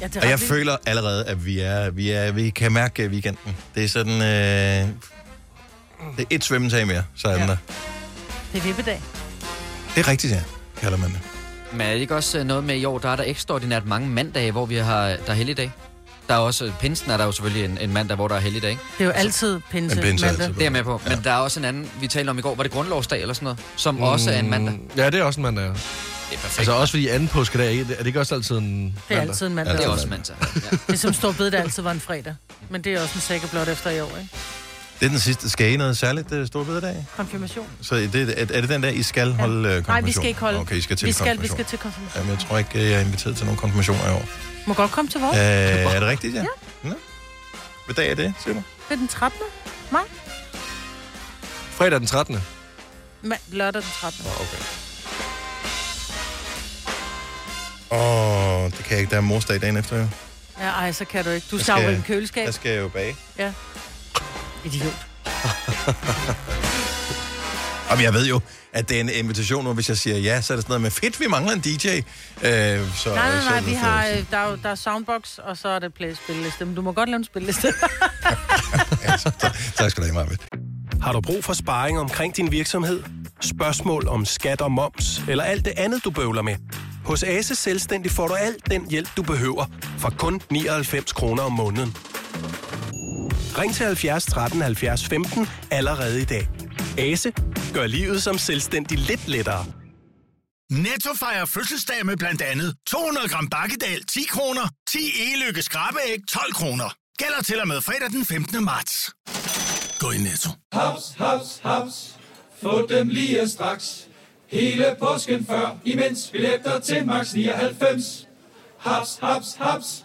B: Ja, det er
A: og jeg
B: ret vildt.
A: føler allerede, at vi er, vi er, vi kan mærke øh, weekenden. Det er sådan, øh, det er et svømmetag mere, så er den der.
B: Det er vippedag.
A: Det er rigtigt, ja, kalder man det.
F: Men er det ikke også øh, noget med i år, der er der ekstraordinært mange mandage, hvor vi har, der er helligdag? Der er også, pinsen er der jo selvfølgelig en, en mandag, hvor der er helligdag, ikke?
B: Det er jo altid pinse. mandag.
F: Det er jeg med på. Men der er også en anden, vi talte om i går, var det grundlovsdag eller sådan noget,
A: Mm.
F: som også er en mandag.
C: Ja, det er også en mandag. Det er perfekt. Altså også fordi anden påskedag, ikke? er det ikke også altid en mandag?
B: Det er altid en mandag.
F: Det er også mandag.
B: Det er som stor bed, der altid var en fredag. Men det er også en sækker blot efter i år, ikke?
A: Det er den sidste. Skal I noget særligt øh, store bededag?
B: Konfirmation.
A: Så det, er, er det den der, I skal holde øh, konfirmation?
B: Nej, vi skal ikke holde.
A: Okay, I skal til
B: vi skal, vi
A: konfirmation.
B: skal til konfirmation.
A: Jamen, jeg tror ikke, øh, jeg er inviteret til nogen konfirmationer i år.
B: Må godt komme til vores.
A: Øh, er det rigtigt, ja? ja. Nå. Hvad dag er det, siger du?
B: Det er den 13. maj.
C: Fredag den 13.
B: Ma- lørdag den 13.
A: Okay. Åh, oh, det kan jeg ikke. Der er morsdag dagen efter, jo.
B: Ja, ej, så kan du ikke. Du
A: Jeg
B: savner
A: skal-
B: en køleskab.
A: Jeg skal jo bage.
B: Ja. Idiot.
A: Jamen, jeg ved jo, at det er en invitation, og hvis jeg siger ja, så er det sådan noget med, fedt, vi mangler en DJ. Øh, så,
B: Nej, nej,
A: så
B: nej,
A: er det
B: vi
A: fedt.
B: har, øh, der, er, jo- der er soundbox, og så er det play spilleliste. Men du må godt lave en spilleliste.
A: Tak skal du have, Marvind.
G: Har du brug for sparring omkring din virksomhed? Spørgsmål om skat og moms, eller alt det andet, du bøvler med? Hos Ase Selvstændig får du alt den hjælp, du behøver, for kun 99 kroner om måneden. Ring til 70 13 70 15 allerede i dag. Ase gør livet som selvstændig lidt lettere.
H: Netto fejrer fødselsdag med blandt andet 200 gram bakkedal 10 kroner, 10 e-lykke skrabeæg 12 kroner. Gælder til og med fredag den 15. marts. Gå i Netto.
I: Haps, haps, haps. Få dem lige straks. Hele påsken før, imens billetter til max 99. Haps, haps, haps.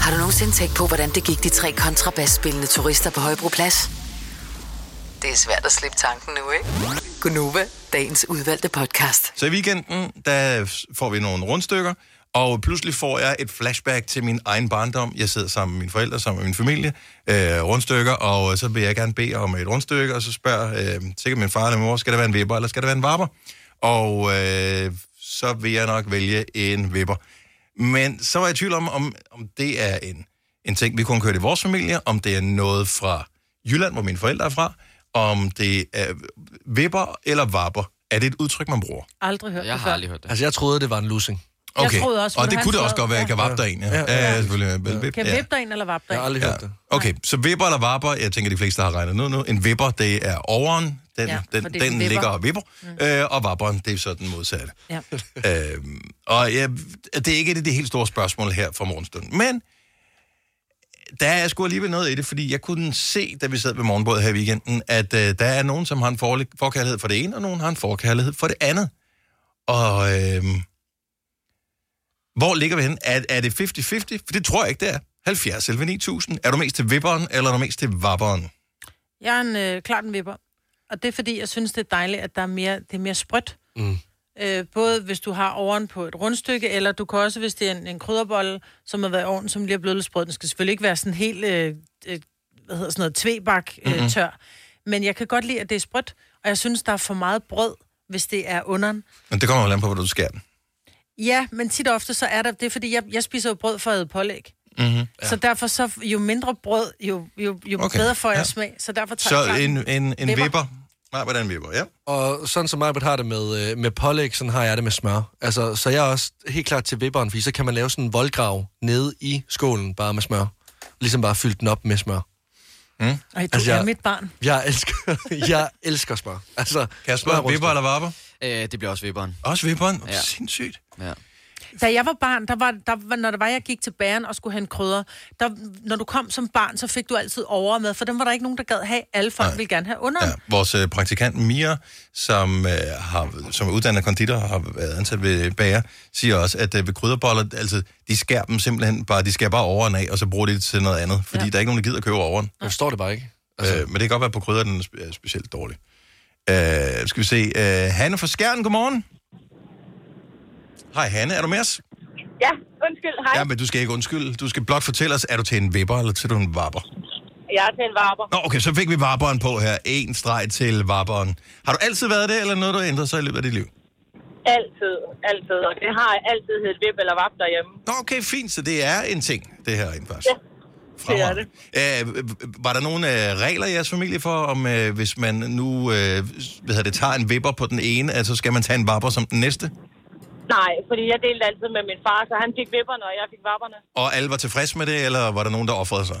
E: Har du nogensinde tænkt på, hvordan det gik de tre kontrabasspillende turister på Højbroplads? Det er svært at slippe tanken nu, ikke? Gunova, dagens udvalgte podcast.
A: Så i weekenden, der får vi nogle rundstykker, og pludselig får jeg et flashback til min egen barndom. Jeg sidder sammen med mine forældre, sammen med min familie, øh, rundstykker, og så vil jeg gerne bede om et rundstykke, og så spørger øh, sikkert min far eller min mor, skal der være en vipper, eller skal der være en varper? Og øh, så vil jeg nok vælge en vipper. Men så var jeg i tvivl om, om, om det er en, en ting, vi kun kører i vores familie, om det er noget fra Jylland, hvor mine forældre er fra, om det er vipper eller vapper. Er det et udtryk, man bruger?
B: Aldrig hørt det før.
C: hørt det. Altså, jeg troede, det var en lussing.
B: Jeg troede også,
A: og
B: men
A: det
B: han
A: kunne det også
B: sad-
A: godt være, at jeg
B: ja.
A: kan vappe dig en. Ja,
B: Ja.
A: ja, ja, selvfølgelig. Ja.
B: Kan vippe dig ind eller vappe dig ind?
A: det. Okay, så vipper eller vapper, jeg tænker, de fleste har regnet ned nu. En vipper, det er overen, den,
B: Ja,
A: ja, den,
B: fordi
A: den,
B: den
A: den
B: vipper.
A: ligger og vipper. Mm. Øh, og vapperen, det er så den modsatte.
B: Ja.
A: øhm, og ja, det er ikke et af de helt store spørgsmål her fra morgenstunden. Men der er sgu alligevel noget i det, fordi jeg kunne se, da vi sad ved morgenbordet her i weekenden, at øh, der er nogen, som har en forl- forkærlighed for det ene, og nogen har en forkærlighed for det andet. Og øh, hvor ligger vi henne? Er, er det 50-50? For det tror jeg ikke, det er. 70 11 9000. Er du mest til vipperen, eller er du mest til vapperen?
B: Jeg er en øh, klart en vipper. Og det er fordi, jeg synes, det er dejligt, at der er mere, det er mere sprødt.
C: Mm.
B: Øh, både hvis du har overen på et rundstykke, eller du kan også, hvis det er en, en krydderbolle, som har været i ovnen, som lige er blevet lidt sprød. Den skal selvfølgelig ikke være sådan helt, øh, øh, hvad hedder sådan noget, tvebak øh,
P: Mhm.
B: mm-hmm. tør. Men jeg kan godt lide, at det er sprødt, og jeg synes, der er for meget brød, hvis det er underen.
A: Men det kommer jo an på, hvor du skærer den.
B: Ja, men tit og ofte så er der, det er fordi, jeg, jeg spiser jo brød for at æde pålæg.
A: Mm-hmm.
B: Ja. Så derfor så, jo mindre brød, jo, jo, jo
A: Okay,
B: okay. bedre får jeg
A: ja.
B: ja. smag. Så derfor tager jeg
A: Så
B: klart
A: en, en, en vipper. Nej, hvordan vipper, ja.
C: Og sådan som Majbert har det med, øh, med pålæg, sådan har jeg det med smør. Altså, så jeg er også helt klart til vipperen, fordi så kan man lave sådan en voldgrav nede i skålen, bare med smør. Ligesom bare fylde den op med smør.
A: Mm. Ej,
B: Ej, du altså, er mit barn.
C: Jeg elsker, jeg elsker smør. Altså,
A: Kasper, vipper eller vapper?
F: Øh, det bliver også vipperen.
A: Også vipperen?
F: Ja.
A: Sindssygt.
F: Ja.
B: Da jeg var barn, der var, der, var- når det var, jeg gik til bæren og skulle have en krydder, der, når du kom som barn, så fik du altid over med, for dem var der ikke nogen, der gad have. Alle folk ville gerne have under. Ja.
A: Vores øh, praktikant Mia, som, øh, har, som er uddannet konditor og har været ansat ved bager, siger også, at øh, ved krydderboller, altså, de skærer dem simpelthen bare, de skærer bare overen af, og så bruger de det til noget andet, fordi ja. der er ikke nogen, der gider at købe overen.
C: Jeg forstår det bare ikke.
A: Altså. Øh, men det kan godt være, at på krydder den er spe- er specielt dårlig. Øh, skal vi se. Øh, Hanne fra Skjern, godmorgen. Hej Hanne, er du med os?
Q: Ja, undskyld, hej.
A: Ja, men du skal ikke undskylde. Du skal blot fortælle os, er du til en vipper eller til du en vapper?
Q: Jeg er til en varper.
A: Nå, okay, så fik vi vapperen på her. En streg til vapperen. Har du altid været det, eller noget, der ændrer sig i løbet af dit liv?
Q: Altid, altid. Og det har jeg altid heddet vip eller vap derhjemme.
A: Nå, okay, fint. Så det er en ting, det her rent faktisk.
Q: Ja, det er det.
A: Øh, var der nogle øh, regler i jeres familie for, om øh, hvis man nu øh, hvad hedder det, tager en vipper på den ene, altså skal man tage en vapper som den næste?
Q: Nej, fordi jeg delte altid med min far, så han fik vipperne, og jeg fik vapperne.
A: Og alle var tilfredse med det, eller var der nogen, der offrede sig?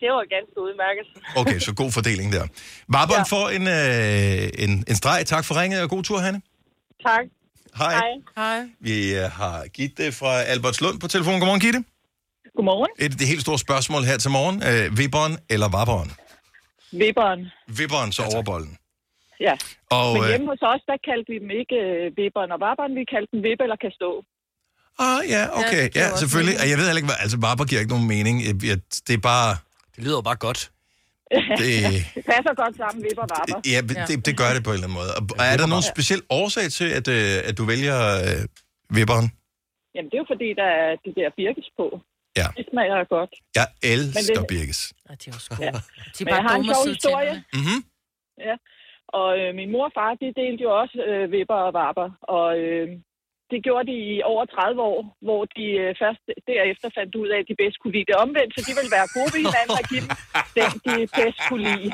Q: Det var ganske udmærket.
A: Okay, så god fordeling der. Vapperen ja. får en, øh, en, en streg. Tak for ringet, og god tur, Hanne.
Q: Tak.
A: Hej.
B: Hej.
A: Vi øh, har Gitte fra Albertslund på telefonen. Godmorgen, Gitte.
Q: Godmorgen.
A: Et af de helt store spørgsmål her til morgen. Øh, vipperen eller vapperen?
Q: Vipperen,
A: Vipperen, så ja, overbolden.
Q: ja.
A: Og,
Q: Men
A: øh,
Q: hjemme hos os, der kaldte vi dem ikke øh, vipperen og vapperen. Vi kaldte dem vip eller kan stå.
A: Ah, ja, Okay, ja, ja selvfølgelig. Og jeg ved heller ikke, hvad, altså vapper giver ikke nogen mening. Jeg, jeg, det er bare...
C: Det lyder bare godt.
A: Det-
Q: det passer godt sammen, vip og vapper.
A: Ja, det, det gør det på en eller anden måde. Og, og er der nogen speciel årsag til, at, øh, at du vælger øh, vipperen?
Q: Jamen, det er jo fordi, der er de der birkes på.
A: Ja.
Q: Det smager jo godt.
A: Jeg elsker
Q: Men
A: det...
Q: det-
A: Birkes.
B: Ja, de er også
Q: Ja.
B: De er
Q: Men
B: bare
Q: jeg har en
B: dumme at
Q: sjov
B: sidde til
Q: historie.
A: Mm-hmm.
Q: Ja. Og øh, min mor og far, de delte jo også øh, vipper og varper. Og øh, det gjorde de i over 30 år, hvor de øh, først derefter fandt ud af, at de bedst kunne lide det omvendt. Så de ville være gode ved hinanden og give dem den, de bedst kunne lide.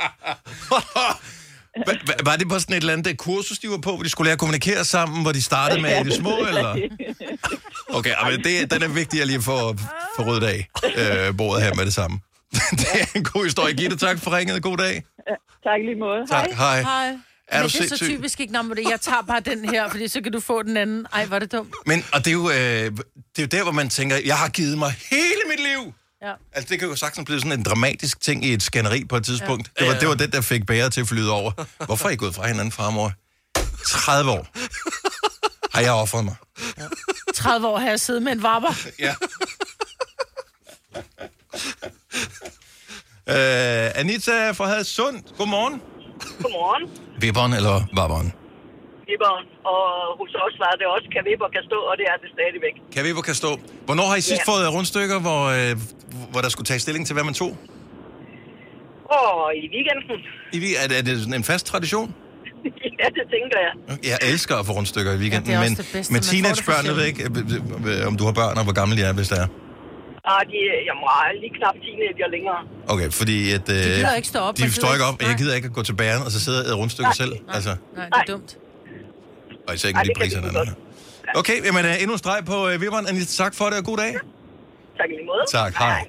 A: Hva, hva, var det på sådan et eller andet kursus, de var på, hvor de skulle lære at kommunikere sammen, hvor de startede med i det små, eller? Okay, ah, men det, den er vigtig at lige få, få ryddet af øh, bordet her med det samme. det er en god historie. Gitte, tak for ringet. God dag.
Q: Ja, tak i lige måde.
A: Tak, hej.
B: Hej.
A: Er
B: Men
A: du
B: det er så
A: sindssyg?
B: typisk ikke, når det jeg tager bare den her, fordi så kan du få den anden. Ej, var det dumt.
A: Men, og det er, jo, øh, det er jo der, hvor man tænker, jeg har givet mig hele mit liv.
B: Ja.
A: Altså, det kan jo sagtens blive sådan en dramatisk ting i et skænderi på et tidspunkt.
B: Ja.
A: Ja. Det, var,
B: Ja.
A: det var den, der fik bære til at flyde over. Hvorfor er I gået fra hinanden, farmor? 30 år har jeg offret mig.
B: 30 år har jeg siddet med en varper.
A: Ja. Øh, Anita fra Hadsund, godmorgen.
R: Godmorgen.
A: Vipperen eller vapperen?
R: Viborgen. Og hos os var det også, kan Viborg kan stå, og det er det stadigvæk.
A: Kan vi på kan stå? Hvornår har I sidst
R: Ja.
A: fået øh, rundstykker, hvor, øh, hvor der skulle tage stilling til, hvad man tog?
R: Og i weekenden,
A: I, vi- er, det- er det sådan en fast tradition?
R: ja, det tænker jeg.
A: Jeg elsker at få rundstykker i weekenden,
R: Ja, det er også
A: ja, men,
R: det bedste.
A: men
R: Man får det for
A: teenagebørn, jeg ved ikke, øh, øh, om du har børn, og hvor gamle de er, hvis det er.
R: Ah, de, jeg må lige knap teenager længere.
A: Okay, fordi at... Øh, de
R: gider ikke stå op,
A: De
R: man
A: forstår
R: gider
A: ikke
R: ikke-
A: op, jeg gider ikke at gå til bæren, og så sidde og æde rundstykker
R: Nej,
A: selv. Altså,
B: Nej, det er dumt.
A: og især ikke
R: Ej,
A: med de
R: det kan
A: priser,
R: de
A: der er. Okay, jamen øh, endnu en streg på øh, vipperen. Anita, tak for det, og god dag.
R: Tak i lige måde.
A: Tak, hej.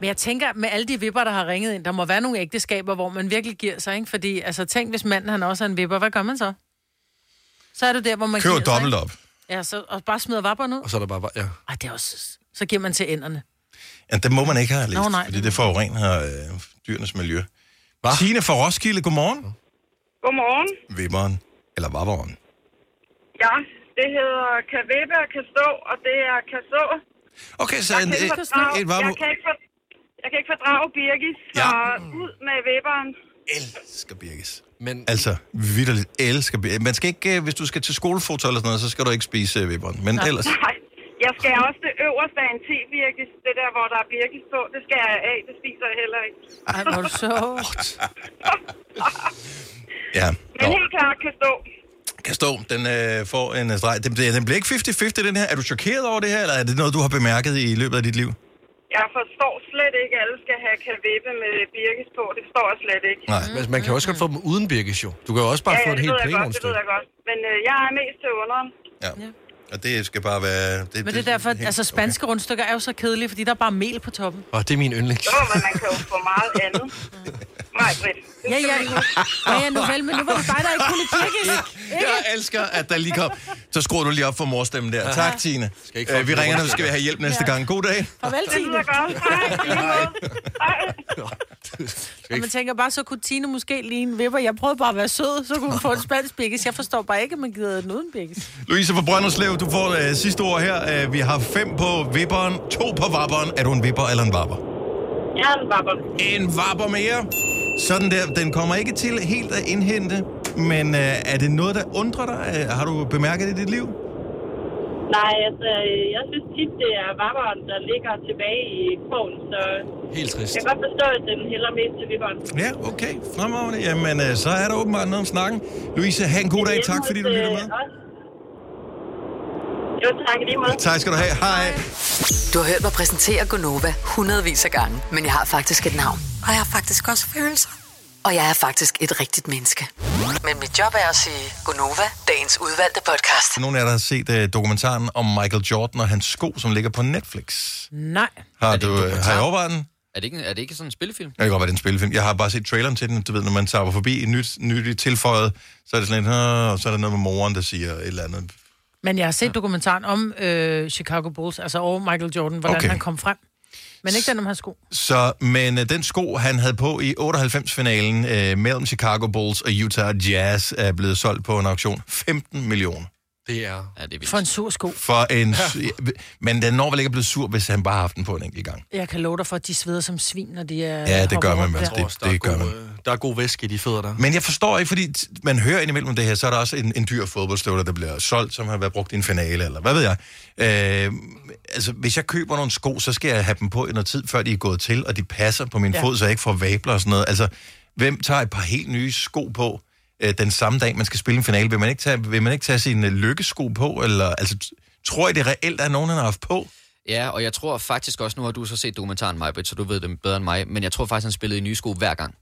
B: Men jeg tænker, med alle de vipper, der har ringet ind, der må være nogle ægteskaber, hvor man virkelig giver sig, ikke? Fordi, altså, tænk, hvis manden han også er en vipper, hvad gør man så? Så er du der, hvor man
A: Køber
B: giver sig,
A: dobbelt
B: ikke?
A: op.
B: Ja, så, og bare smider vapperne ud.
C: Og så er der bare... Ja.
B: Ej, det er også... Så giver man til enderne.
A: Ja, det må man ikke have læst,
B: Nå,
A: Nå,
B: nej.
A: fordi det forurener øh, dyrenes miljø. Hva? Tine fra Roskilde, godmorgen.
R: Godmorgen.
A: Vipperen, eller vapperen.
R: Ja, det hedder kan vippe og kan stå, og det er kan så.
A: Okay, så
R: jeg
A: en-
R: kan, ikke
A: et-
R: fordrage,
A: et varme-
R: jeg, kan ikke for, jeg kan ikke fordrage Birgis, så ud med vipperen.
A: Elsker Birgis.
C: Men...
A: Altså, vidderligt elsker Birgis. Man skal ikke, øh, hvis du skal til skolefoto eller sådan noget, så skal du ikke spise øh, vipperen. Men
R: Nej.
A: ellers...
R: Nej, jeg skal også det øverste af en te-birkis, det der, hvor der er birkis på, det skal jeg af, det spiser jeg heller ikke.
B: Ej, hvor er du så...
A: Ja,
R: Men helt klart kan stå.
A: kan stå. Den øh, får en øh, streg. Den, bliver- den bliver ikke 50-50, den her. Er du chokeret over det her, eller er det noget, du har bemærket i løbet af dit liv?
R: Jeg forstår slet ikke, at alle skal have kan vippe med birkis på, det forstår jeg slet ikke.
A: Nej.
C: Men man kan jo også godt få dem uden birkes, jo. Du kan jo også bare få
R: ja,
C: et
R: det
C: helt
R: ved jeg
C: plain
R: godt, det ved
C: rundstykke.
R: jeg godt. Men øh, jeg er mest til underen.
A: Og det skal bare være... Det,
B: Men det er derfor, altså spanske okay. rundstykker er jo så kedelige, fordi der er bare mel på toppen.
C: Og det er min yndlings.
R: Jo, men man kan jo få meget andet. Nej, Britt.
B: Ja, ja, ja, ja, nu vel, men nu var det dig, der ikke kunne kirke.
A: Jeg elsker, at der lige kom. Så skruer du lige op for morstemmen der. Tak, Tine.
C: Skal ikke få
A: Øh, vi
C: for
A: ringer, når
C: morstemmen.
A: vi skal have hjælp næste gang. God dag.
B: Farvel, Tine. Og man
A: ikke-
B: tænker bare, så kunne Tine måske lige en vipper. Jeg prøvede bare at være sød, så kunne hun få en spansk bikkes. Jeg forstår bare ikke, at man gider den uden bikkes.
A: Louise fra Brønderslev, du får øh, sidste ord her. Øh, vi har fem på vipperen, to på vapperen. Er du en vipper eller en vapper?
R: Jeg er en vapper.
A: En vapper mere. Sådan der. Den kommer ikke til helt at indhente, men øh, er det noget, der undrer dig? Øh, har du bemærket det i dit liv?
R: Nej, altså, øh, jeg synes tit, det er vapperen, der ligger tilbage i krogen, så
C: Helt
R: jeg
C: trist.
R: kan godt forstå, at den hælder mest til vipperen.
A: Ja, okay. Fremragende. Jamen, øh, så er der åbenbart noget om snakken. Louise, have en god dag. Tak, fordi du lytter med.
R: øh, Jo, tak i lige måde.
A: Tak skal du have. Hej.
E: Du har hørt mig præsentere Gonova hundredvis af gange, men jeg har faktisk et navn. Og jeg har faktisk også følelser. Og jeg er faktisk et rigtigt menneske. Men mit job er at sige Gonova, dagens udvalgte podcast.
A: Nogle af jer der har set øh, dokumentaren om Michael Jordan og hans sko, som ligger på Netflix.
B: Nej.
A: Har du øh, har I overvejet den?
F: Er det ikke, er det ikke sådan en spillefilm?
A: Jeg kan godt være, det er en spillefilm. Jeg har bare set traileren til den. Du ved, når man tager forbi et nyt, nyt tilføjet, så er det sådan lidt, "Åh," og så er der noget med moren, der siger et eller andet.
B: Men jeg har set dokumentaren om øh, Chicago Bulls, altså over Michael Jordan, hvordan
A: Okay.
B: okay. han kom frem. Men ikke den om hans sko.
A: Så, men øh, den sko, han havde på i 98-finalen øh, mellem Chicago Bulls og Utah Jazz, er blevet solgt på en auktion. 15 millioner.
C: Det er...
F: Ja, det er
B: For en sur sko.
A: For en... Men den når vel ikke at blive sur, hvis han bare har haft den på en enkelt gang.
B: Jeg kan love dig for, at de sveder som svin, når de er...
A: Ja, det gør
B: hopper
A: man,
B: rundt
A: men altså,
B: der.
A: det-
C: Der er
A: Det gør
C: god,
A: man.
C: øh, Der er god væske i de fødder der.
A: Men jeg forstår ikke, fordi t- man hører indimellem om det her, så er der også en, en dyr fodboldstøvler, der bliver solgt, som har været brugt i en finale, eller hvad ved jeg. Øh, altså, hvis jeg køber nogle sko, så skal jeg have dem på i noget tid, før de er gået til, og de passer på min
K: Ja.
A: ja. fod, så jeg ikke får vabler og sådan noget. Altså, hvem tager et par helt nye sko på øh, den samme dag, man skal spille en finale? Vil man ikke tage, vil man ikke tage sine lykkesko på? Eller, altså, t- tror I, det reelt er nogen, han har haft på?
F: Ja, og jeg tror faktisk også, nu har du så set dokumentaren, Majbrit, så du ved det bedre end mig, men jeg tror faktisk, han spillede i nye sko hver gang.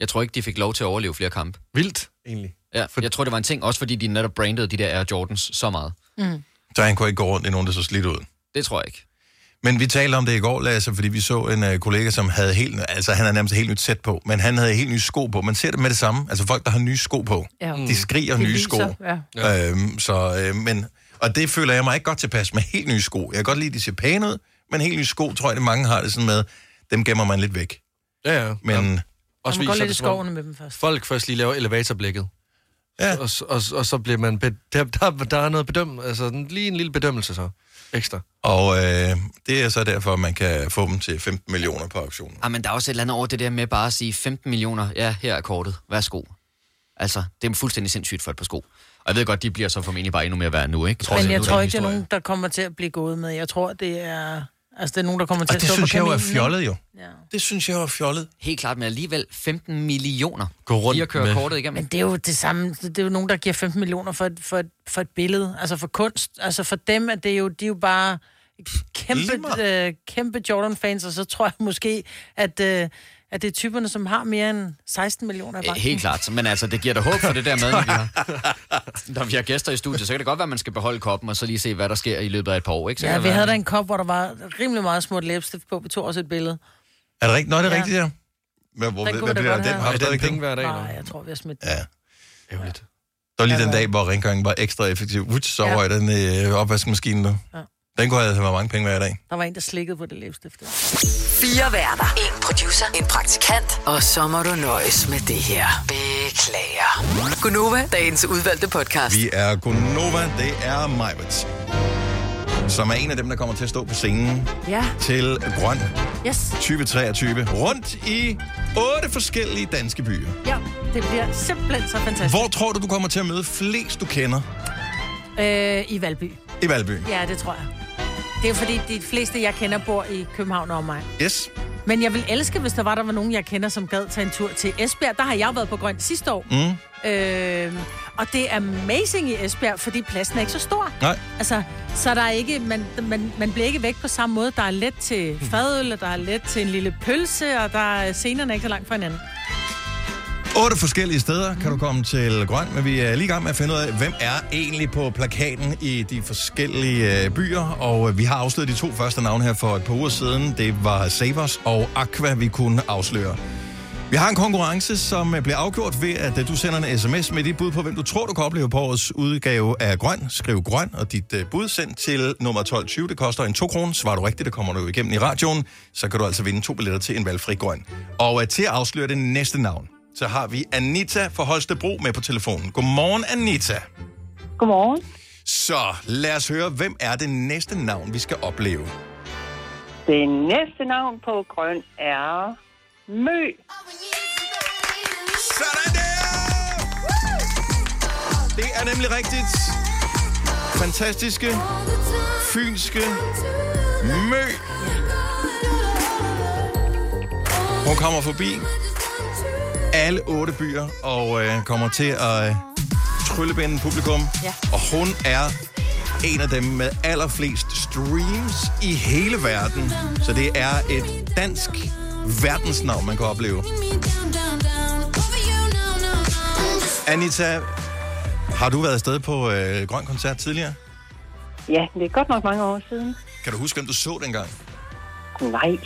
F: Jeg tror ikke, de fik lov til at overleve flere kampe.
C: Vildt, egentlig.
F: Ja, for... jeg tror, det var en ting, også fordi de netop brandede de der Air Jordans så meget.
A: Mm. Så han kunne ikke gå rundt i nogen, der så slidt ud?
F: Det tror jeg ikke.
A: Men vi talte om det i går, Lasse, fordi vi så en øh, kollega, som havde helt, altså han havde nærmest et helt nyt sæt på, men han havde helt nye sko på. Man ser det med det samme. Altså folk, der har nye sko på,
B: Ja.
A: de skriger
B: De
A: nye
B: lyser,
A: sko.
B: ja.
A: Ja. Øhm, så, øh, men, og det føler jeg mig ikke godt tilpas med helt nye sko. Jeg kan godt lide, at de ser pæne ud, men helt nye sko, tror jeg, det mange har det sådan med, dem gemmer man lidt væk.
C: Ja, ja.
A: Men,
B: Og man
C: viser
B: går lidt
C: det,
B: i
C: som om-
B: skovene med dem først.
C: Folk først lige laver elevatorblikket.
A: Ja.
C: Og, og, og så bliver man... Be- der, der, der er noget bedøm... Altså, den- lige en lille bedømmelse så. Ekstra.
A: og øh, det er så derfor, at man kan få dem til 15 millioner på auktionen.
F: Ah, men der er også et eller andet over det der med bare at sige 15 millioner, ja, her er kortet, værsgo. Altså, det er fuldstændig sindssygt for et par sko. Og jeg ved godt, de bliver så formentlig bare endnu mere værd nu, ikke?
B: Men jeg tror ikke, det er nogen, der kommer til at blive gået med. Jeg tror, det er... Altså, det er nogen, der kommer til
A: Og
B: at
A: det
B: stå på
A: synes jeg jo er
B: kaminen,
A: fjollet,
B: ikke?
A: jo. Det synes jeg var fjollet.
F: Helt klart, men alligevel 15 millioner.
A: Gå rundt
F: Lige at køre
A: med.
F: kortet igennem.
B: Men det er jo det samme. Det er jo nogen, der giver 15 millioner for et, for et, for et billede. Altså for kunst. Altså for dem er det jo, de er jo bare kæmpe, øh, kæmpe Jordan-fans, og så tror jeg måske, at, øh, at det er typerne, som har mere end 16 millioner i
F: Øh,
B: banken.
F: Helt klart, men altså, det giver da håb for det der med, når vi, har, når vi har gæster i studiet, så kan det godt være, at man skal beholde koppen og så lige se, hvad der sker i løbet af et par år. Ikke? Så
B: Ja,
F: kan det
B: vi
F: være-
B: havde da en kop, hvor der var rimelig meget smurt læbestift på. Vi tog også et billede.
A: Er det rigtigt? Nå, er det
B: Ja.
A: rigtigt, ja. Men hvor,
B: Den
A: hvad,
B: kunne
A: hvad
B: vi da
A: bliver
B: godt
A: den?
B: have.
A: Har vi
B: Er den
A: stadigvæk den?
B: penge værd i dag, Nej, eller? jeg tror, vi har smidt den.
A: Ja. Ærgerligt. Der var lige den dag, hvor rengøringen var ekstra effektiv. Uts, så
B: Ja.
A: røg den øh, opvaskemaskinen der.
B: Ja.
A: Den kunne have været mange penge hver dag.
B: Der var en, der slikkede på det læbestift. der.
E: Fire værter. En producer. En praktikant. Og så må du nøjes med det her. Beklager. Gunova, dagens udvalgte podcast.
A: Vi er Gunova, det er Majvits, som er en af dem, der kommer til at stå på scenen
E: Ja.
A: til Grøn
B: Yes.
A: 2023 rundt i otte forskellige danske byer.
B: Ja, det bliver simpelthen så fantastisk.
A: Hvor tror du, du kommer til at møde flest, du kender
B: Øh, I Valby.
A: i Valby?
B: Ja, det tror jeg. Det er jo fordi, de fleste, jeg kender, bor i København og mig.
A: Yes.
B: Men jeg vil elske, hvis der var, der var nogen, jeg kender, som gad tage en tur til Esbjerg. Der har jeg været på grøn sidste år.
A: Mm.
B: Øh, og det er amazing i Esbjerg, fordi pladsen er ikke så stor.
A: Nej.
B: Altså, så er der er ikke, man, man, man bliver ikke væk på samme måde. Der er let til fadøl, og der er let til en lille pølse, og der er scenerne er ikke så langt fra hinanden.
A: Otte forskellige steder kan du komme til Grøn, men vi er lige i gang med at finde ud af, hvem er egentlig på plakaten i de forskellige øh, byer. Og øh, vi har afsløret de to første navne her for et par uger siden. Det var Savers og Aqua, vi kunne afsløre. Vi har en konkurrence, som øh, bliver afgjort ved, at øh, du sender en sms med dit bud på, hvem du tror, du kan opleve på årets udgave af Grøn. Skriv Grøn og dit øh, bud sendt til nummer 1220. Det koster en 2 kroner. Svarer du rigtigt, det kommer du jo igennem i radioen. Så kan du altså vinde to billetter til en valgfri Grøn. Og øh, til at afsløre det næste navn, så har vi Anita fra Holstebro med på telefonen. Godmorgen, Anita.
P: Godmorgen.
A: Så lad os høre, hvem er det næste navn, vi skal opleve?
P: Det næste navn på grøn er Mø.
A: Det er nemlig rigtigt. Fantastiske, fynske Mø. Hun kommer forbi alle otte byer og øh, kommer til at øh, tryllebinde publikum.
B: Ja.
A: Og hun er en af dem med allerflest streams i hele verden. Så det er et dansk verdensnavn, man kan opleve. Anita, har du været afsted på øh, Grøn Koncert tidligere?
P: Ja, det er godt nok mange år siden.
A: Kan du huske, hvem du så dengang?
P: Nej.
A: Men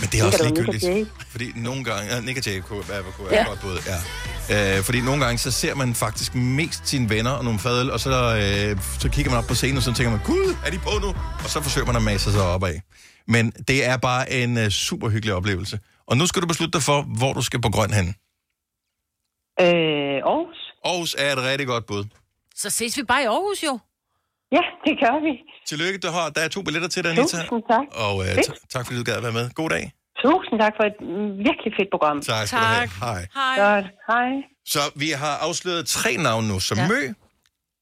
A: det
P: Det
A: er også
P: kan du
A: ligegyldigt.
P: ikke,
A: Fordi nogle gange... Ja, Nick og Jay kunne være, kunne være
P: Ja.
A: ja. godt både. Ja. Øh, fordi nogle gange, så ser man faktisk mest sine venner og nogle fadøl, og så, øh, så kigger man op på scenen, og så tænker man, gud, er de på nu? Og så forsøger man at mase sig op af. Men det er bare en øh, super hyggelig oplevelse. Og nu skal du beslutte dig for, hvor du skal på grøn hen.
P: Øh, Aarhus.
A: Aarhus er et rigtig godt bud.
B: Så ses vi bare i Aarhus jo.
P: Ja, det gør vi.
A: Tillykke, du har. Der er to billetter til dig, Anita.
P: Tusind tak.
A: Og øh,
P: Fedt.
A: ta- tak fordi du gad at være med. God dag.
P: Tusind tak for et mm, virkelig fedt program.
A: Tak skal du have. Hej.
B: Hej.
P: Godt. Hej.
A: Så vi har afsløret tre navne nu, som ja. Mø,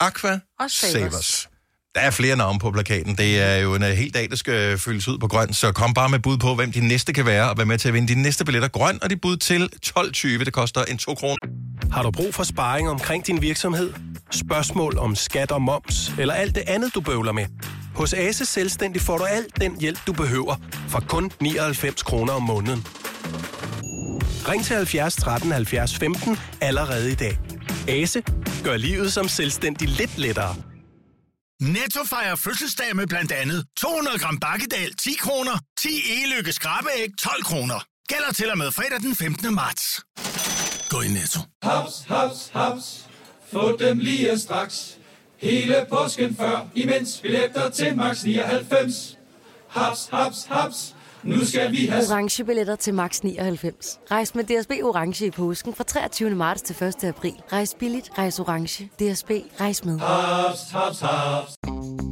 A: Aqua
B: Og
A: og
B: Savers.
A: Savers. Savers. Der er flere navne på plakaten. Det er jo en øh, hel dag, der skal øh, fyldes ud på grøn. Så kom bare med bud på, hvem de næste kan være, og vær med til at vinde de næste billetter grøn, og de bud til 12.20. Det koster en 2 kroner.
G: Har du brug for sparring omkring din virksomhed? Spørgsmål om skat og moms, eller alt det andet, du bøvler med? Hos Ase Selvstændig får du alt den hjælp, du behøver, for kun 99 kroner om måneden. Ring til 70 13 70 15 allerede i dag. Ase gør livet som selvstændig lidt lettere.
H: Netto fejrer fødselsdag med blandt andet 200 gram bakkedal 10 kroner, 10 e-lykke skrabeæg 12 kroner. Gælder til og med fredag den 15. marts. Gå i Netto.
I: Haps, haps, haps. Få dem lige straks. Hele påsken før, imens billetter til max 99. Haps, haps, haps. Nu skal vi have
S: Orange billetter til max 99. Rejs med DSB Orange i påsken fra 23. marts til 1. april. Rejs billigt, rejs orange. DSB, rejs med.
I: haps, haps, haps.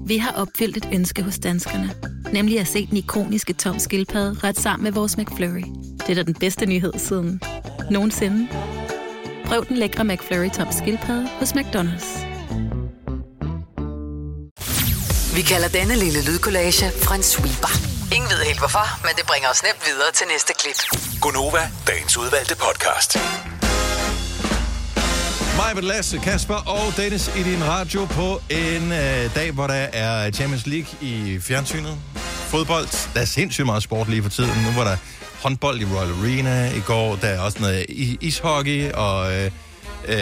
T: Vi har opfyldt et ønske hos danskerne. Nemlig at se den ikoniske tom skildpadde ret sammen med vores McFlurry. Det er da den bedste nyhed siden nogensinde. Prøv den lækre McFlurry tom skildpadde hos McDonald's.
E: Vi kalder denne lille lydkollage Frans sweeper. Ingen ved helt hvorfor, men det bringer os nemt videre til næste klip.
O: Gunova, dagens udvalgte podcast.
A: Majbert, Lasse, Kasper og Dennis i din radio på en øh, dag, hvor der er Champions League i fjernsynet. Fodbold, der er sindssygt meget sport lige for tiden. Nu var der håndbold i Royal Arena i går, der er også noget i- ishockey, og øh, øh,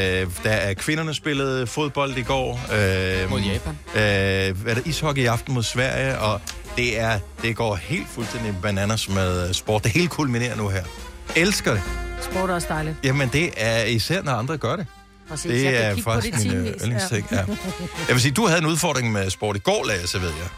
A: der er kvinderne spillede fodbold i går. Øh, mod Japan. Øh, er der ishockey i aften mod Sverige, og det, er, det går helt fuldstændig bananas med øh, sport. Det hele kulminerer nu her. Elsker det.
B: Sport er også dejligt.
A: Jamen, det er især, når andre gør det.
B: Præcis, jeg
A: Det
B: kan
A: er
B: kigge på
A: faktisk
B: det i
A: min øh,
B: timevis,
A: yndlingsting.
B: ja.
A: Ja. Jeg vil sige, du havde en udfordring med sport i går, Lasse, ved jeg.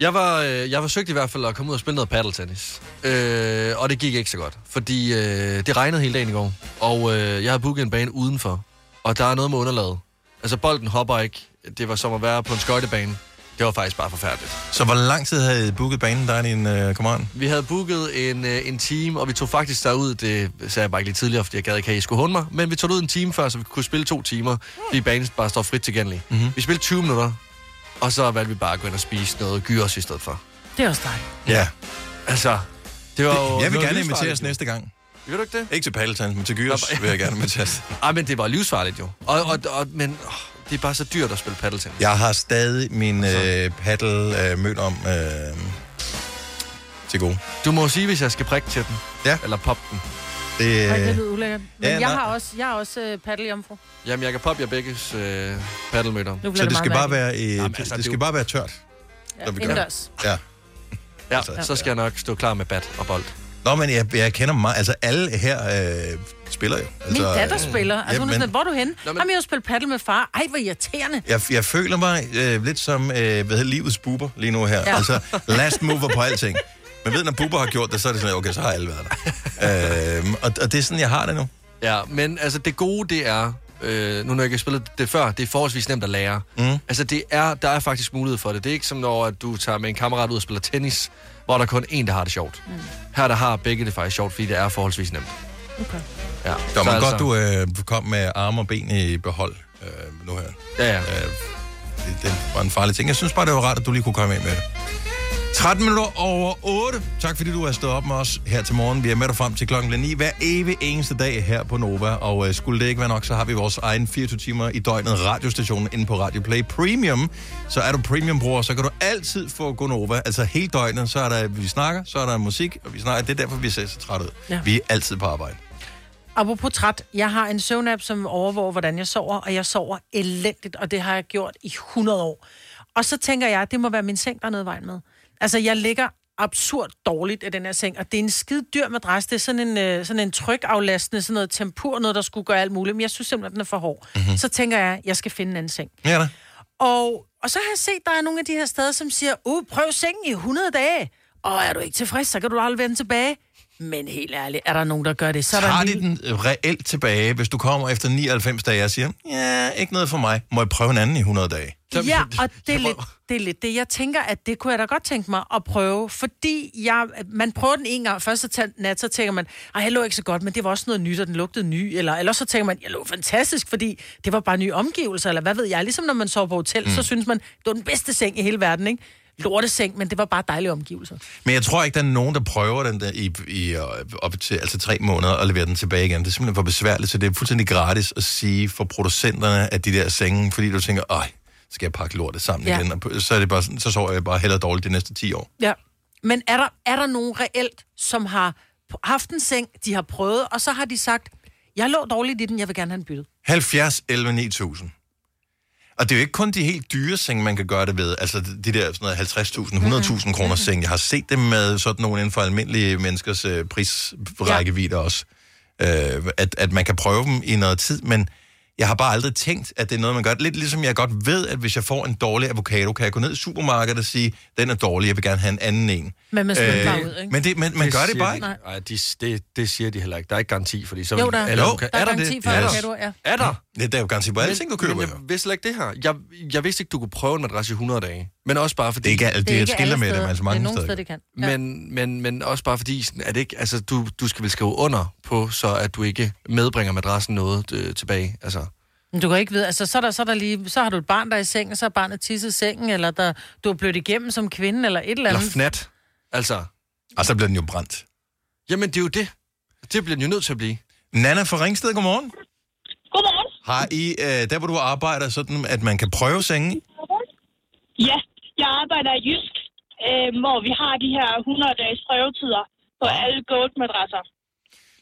C: Jeg var, øh, jeg forsøgte i hvert fald at komme ud og spille noget paddeltennis. Øh, og det gik ikke så godt, fordi øh, det regnede hele dagen i går. Og øh, jeg havde booket en bane udenfor. Og der er noget med underlaget. Altså, bolden hopper ikke. Det var som at være på en skøjtebane. Det var faktisk bare forfærdeligt.
A: Så hvor lang tid havde I booket banen, der er din øh, kammerat?
C: Vi havde booket en, øh, en time, og vi tog faktisk derud, det sagde jeg bare ikke lige tidligere, fordi jeg gad ikke, at I skulle hunde mig, men vi tog ud en time før, så vi kunne spille to timer, fordi banen bare står frit tilgængelig.
A: Mhm.
C: Mm-hmm. Vi spillede 20 minutter, og så valgte vi bare at gå ind og spise noget gyros i stedet for.
B: Det er også dejligt.
A: Ja.
C: Altså, det var jo-
A: Jeg
C: det
A: vil
C: var
A: gerne
C: livsfarligt.
A: inviteres næste gang.
C: Vil du ikke det?
A: Ikke til paddeltans, men til gyros vil jeg gerne inviteres.
C: Ej, men det var livsfarligt jo. Og, og, og men åh, det er bare så dyrt at spille paddeltennis.
A: Jeg har stadig min
C: Altså.
A: øh, paddel øh, mødt om øh, til gode.
C: Du må jo sige, hvis jeg skal prikke til den.
A: Ja.
C: Eller poppe den.
A: Det, øh,
B: Ej, det lyder ulækkert. Men
C: Ja,
B: ja, jeg,
C: nej.
B: har også, jeg har også øh, paddeljomfru.
C: Jamen, jeg kan poppe jer begges øh, paddelmøder.
B: bliver
A: Så det skal bare være, øh,
C: Jamen,
A: det,
C: altså,
A: det
C: det er
A: skal
C: jo-
A: bare være tørt. når vi gør det.
B: indendørs.
A: Ja. Altså,
C: Ja, så skal jeg nok stå klar med bat og bold.
A: Nå, men jeg, jeg kender mig. Altså, alle her øh, spiller jo.
B: Min
A: Altså,
B: datter
A: øh,
B: spiller. Altså, hun er
A: jamen,
B: sådan, lidt, hvor er du henne? Nå, men... Jamen, jeg har spillet paddel med far. Ej, hvor irriterende.
A: Jeg, jeg føler mig øh, lidt som øh, hvad hedder, livets buber lige nu her. Ja.
B: Ja.
A: Altså last mover på alting. Men ved, når buber har gjort det, så er det sådan, okay, så har alle været der. øhm, og, og det er sådan, jeg har det nu.
C: Ja, men altså det gode det er, øh, nu når jeg ikke har spillet det før, det er forholdsvis nemt at lære.
A: Mm.
C: Altså det er, der er faktisk mulighed for det. Det er ikke som når at du tager med en kammerat ud og spiller tennis, hvor der kun er en, der har det sjovt. Mm. Her der har begge det faktisk sjovt, fordi det er forholdsvis nemt.
B: Okay.
C: Ja.
A: Det var
C: Så altså-
A: godt, du øh, kom med arme og ben i behold øh, nu her.
C: Ja, ja.
A: Øh, det, det var en farlig ting. Jeg synes bare, det var rart, at du lige kunne komme af med det. 13 minutter over 8. Tak fordi du har stået op med os her til morgen. Vi er med dig frem til klokken 9 hver evig eneste dag her på Nova. Og øh, skulle det ikke være nok, så har vi vores egen 24 timer i døgnet radiostation inde på Radio Play Premium. Så er du premiumbruger, så kan du altid få Gonova. Altså hele døgnet, så er der, vi snakker, så er der musik, og vi snakker. Det er derfor, vi ser så trætte ud. Ja.
B: Ja.
A: Vi er altid på arbejde.
B: Apropos træt, jeg har en søvnapp, som overvåger, hvordan jeg sover, og jeg sover elendigt, og det har jeg gjort i 100 år. Og så tænker jeg, at det må være min seng, der er noget i vejen med. Altså, jeg ligger absurd dårligt i den her seng, og det er en skide dyr madras. Det er sådan en, øh, sådan en trykaflastende, sådan noget tempur, noget, der skulle gøre alt muligt, men jeg synes simpelthen, den er for hård.
A: Mhm.
B: Mm-hmm. Så tænker jeg, at jeg skal finde en anden seng.
A: Ja da.
B: Og, og så har jeg set, der er nogle af de her steder, som siger, uh, prøv sengen i 100 dage. Og er du ikke tilfreds, så kan du aldrig vende tilbage. Men helt ærligt, er der nogen, der gør det, så er der
A: Tager
B: en
A: de den reelt tilbage, hvis du kommer efter 99 dage og siger, ja, ikke noget for mig, må jeg prøve en anden i 100 dage?
B: Ja, og det er, lidt, det er lidt det. Jeg tænker, at det kunne jeg da godt tænke mig at prøve, fordi jeg, man prøver den en gang. Først så tager, nat, så tænker man, at jeg lå ikke så godt, men det var også noget nyt, og den lugtede ny. Eller, eller så tænker man, jeg lå fantastisk, fordi det var bare nye omgivelser, eller hvad ved jeg. Ligesom når man sover på hotel, mm. så synes man, det var den bedste seng i hele verden, ikke? Lorteseng, men det var bare dejlige omgivelser.
A: Men jeg tror ikke, der er nogen, der prøver den der i, i øh, op til altså tre måneder og leverer den tilbage igen. Det er simpelthen for besværligt, så det er fuldstændig gratis at sige for producenterne af de der senge, fordi du tænker, ej, skal jeg pakke lortet sammen ja.
B: Ja.
A: igen? Og p- så, er det bare sådan, så sover jeg bare hellere dårligt de næste 10 år.
B: Ja. Men er der, er der nogen reelt, som har p- haft en seng, de har prøvet, og så har de sagt, jeg lå dårligt i den, jeg vil gerne have den byttet.
A: 70, 11, 9000. Og det er jo ikke kun de helt dyre senge, man kan gøre det ved. Altså de der sådan noget
B: Mhm.
A: 50.000, 100.000 kroner senge. Jeg har set dem med sådan nogle inden for almindelige menneskers øh, prisrækkevidde ja. også. Øh, at, at man kan prøve dem i noget tid, men jeg har bare aldrig tænkt, at det er noget, man gør. Lidt ligesom jeg godt ved, at hvis jeg får en dårlig avocado, kan jeg gå ned i supermarkedet og sige, den er dårlig, jeg vil gerne have en anden en. Øh,
B: Men man smider den bare ud, ikke?
A: Men, det, men man det gør det
C: siger
A: bare
C: de-
A: ikke.
C: Nej, de, det, det siger de heller ikke. Der er ikke garanti, fordi så...
B: Jo, der er.
C: eller-
B: Jo, der er garanti for avocadoer, ja.
C: Er der?
A: Det er jo garanti på alle ting, du køber,
C: Men jeg vidste slet ikke det her. Jeg, jeg vidste ikke, du kunne prøve en madras i 100 dage. Men også bare fordi... Det er ikke,
B: Det er det er ikke skilter alle med dem, steder. altså mange Det er nogle steder, steder, det kan. Ja.
C: Men, men, men også bare fordi, sådan, er det ikke, altså, du, du skal vel skrive under på, så at du ikke medbringer madrassen noget øh, tilbage. Altså,
B: Men du kan ikke vide, altså så, er der, så, er der lige, så har du et barn, der er i sengen, så har barnet tisset i sengen, eller der, du er blødt igennem som kvinde, eller et eller
C: eller
B: andet.
C: fnat. Altså,
A: Og så bliver den jo brændt.
C: Jamen, det er jo det. Det bliver den jo nødt til at blive.
A: Nana fra Ringsted, godmorgen.
U: Godmorgen.
A: Har I, øh, der hvor du arbejder, sådan at man kan prøve senge?
U: Ja, jeg arbejder i Jysk, øh, hvor vi har de her 100-dages prøvetider på
B: Ah.
U: alle goat-madrasser.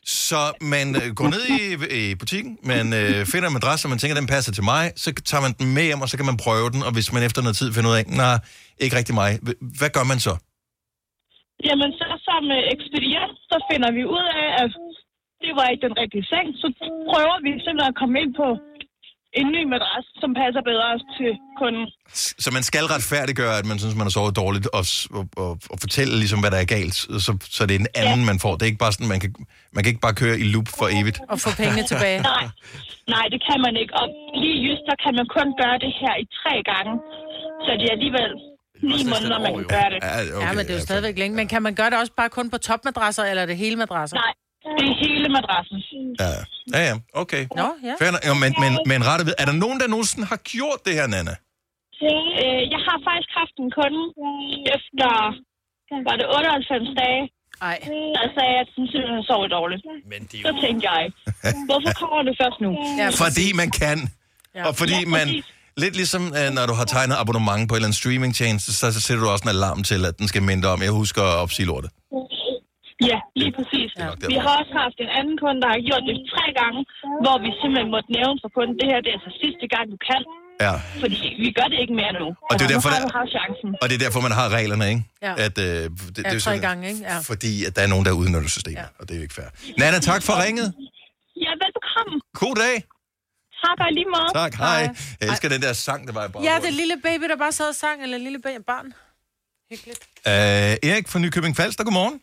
A: Så man øh, går ned i, i butikken, man øh, finder en madras, og man tænker, den passer til mig, så tager man den med hjem, og så kan man prøve den, og hvis man efter noget tid finder ud af, nej, ikke rigtig mig, h- hvad gør man så?
U: Jamen, så sammen med ekspedient, så finder vi ud af, at det var ikke den rigtige seng. Så prøver vi simpelthen at komme ind på en ny madras, som passer bedre til kunden.
A: Så man skal retfærdiggøre, at man synes, man har sovet dårligt, og, s- og, og, og fortælle ligesom, hvad der er galt, så, så det er en anden, man får. Det er ikke bare sådan, man kan, man kan ikke bare køre i loop for evigt.
B: Og få pengene tilbage.
U: Nej, nej, det kan man ikke. Og lige just, der kan man kun gøre det her i tre gange. Så det er alligevel ni måneder, man kan gøre det.
B: ja, altså. men det er jo stadigvæk længe. Men kan man gøre det også bare kun på topmadrasser, eller er det hele madrasser?
U: Nej, det er hele madrassen.
A: Ja, ja, ja okay.
B: Nå, ja.
A: Fair nok. Jo, men, men, men rettet ved, er der nogen, der nogensinde har gjort det her, Nana?
U: Øh, jeg har faktisk haft en kunde efter, var det 98 dage,
B: Ej.
U: der sagde, at den simpelthen sover dårligt. Men det Så tænkte jeg, hvorfor kommer det først nu?
A: Fordi man kan.
U: Ja.
A: Og fordi
U: Ja,
A: man...
U: præcis.
A: Lidt ligesom, øh, når du har tegnet abonnement på en eller anden streamingtjeneste, så, så sætter du også en alarm til, at den skal minde om, jeg husker at opsige lortet.
U: Ja, lige præcis.
A: derfor.
U: Vi har også haft en anden kunde, der har gjort det tre gange, hvor vi simpelthen måtte nævne for kunden, det her det er altså sidste gang, du kan.
A: Ja.
U: Fordi vi gør det ikke mere nu.
A: Og det er jo derfor,
U: nu har
A: der-
U: du haft chancen.
A: Og det er derfor, man har reglerne, ikke?
U: Ja.
A: At, øh, det, det er
U: Ja,
A: jo
U: tre
A: sådan,
U: gange, ikke? Ja.
A: Fordi at der er nogen, der udnytter systemet, ja. og det er jo ikke fair. Nana, tak for ringet.
U: Ja, velbekomme.
A: God dag.
U: Tak og lige meget.
A: Tak, hej. Jeg elsker den der sang, der var i baggrunden.
B: Ja, det lille baby, der bare sad og sang, eller lille ba- barn. Hyggeligt.
A: Øh, Erik fra Nykøbing Falster, godmorgen.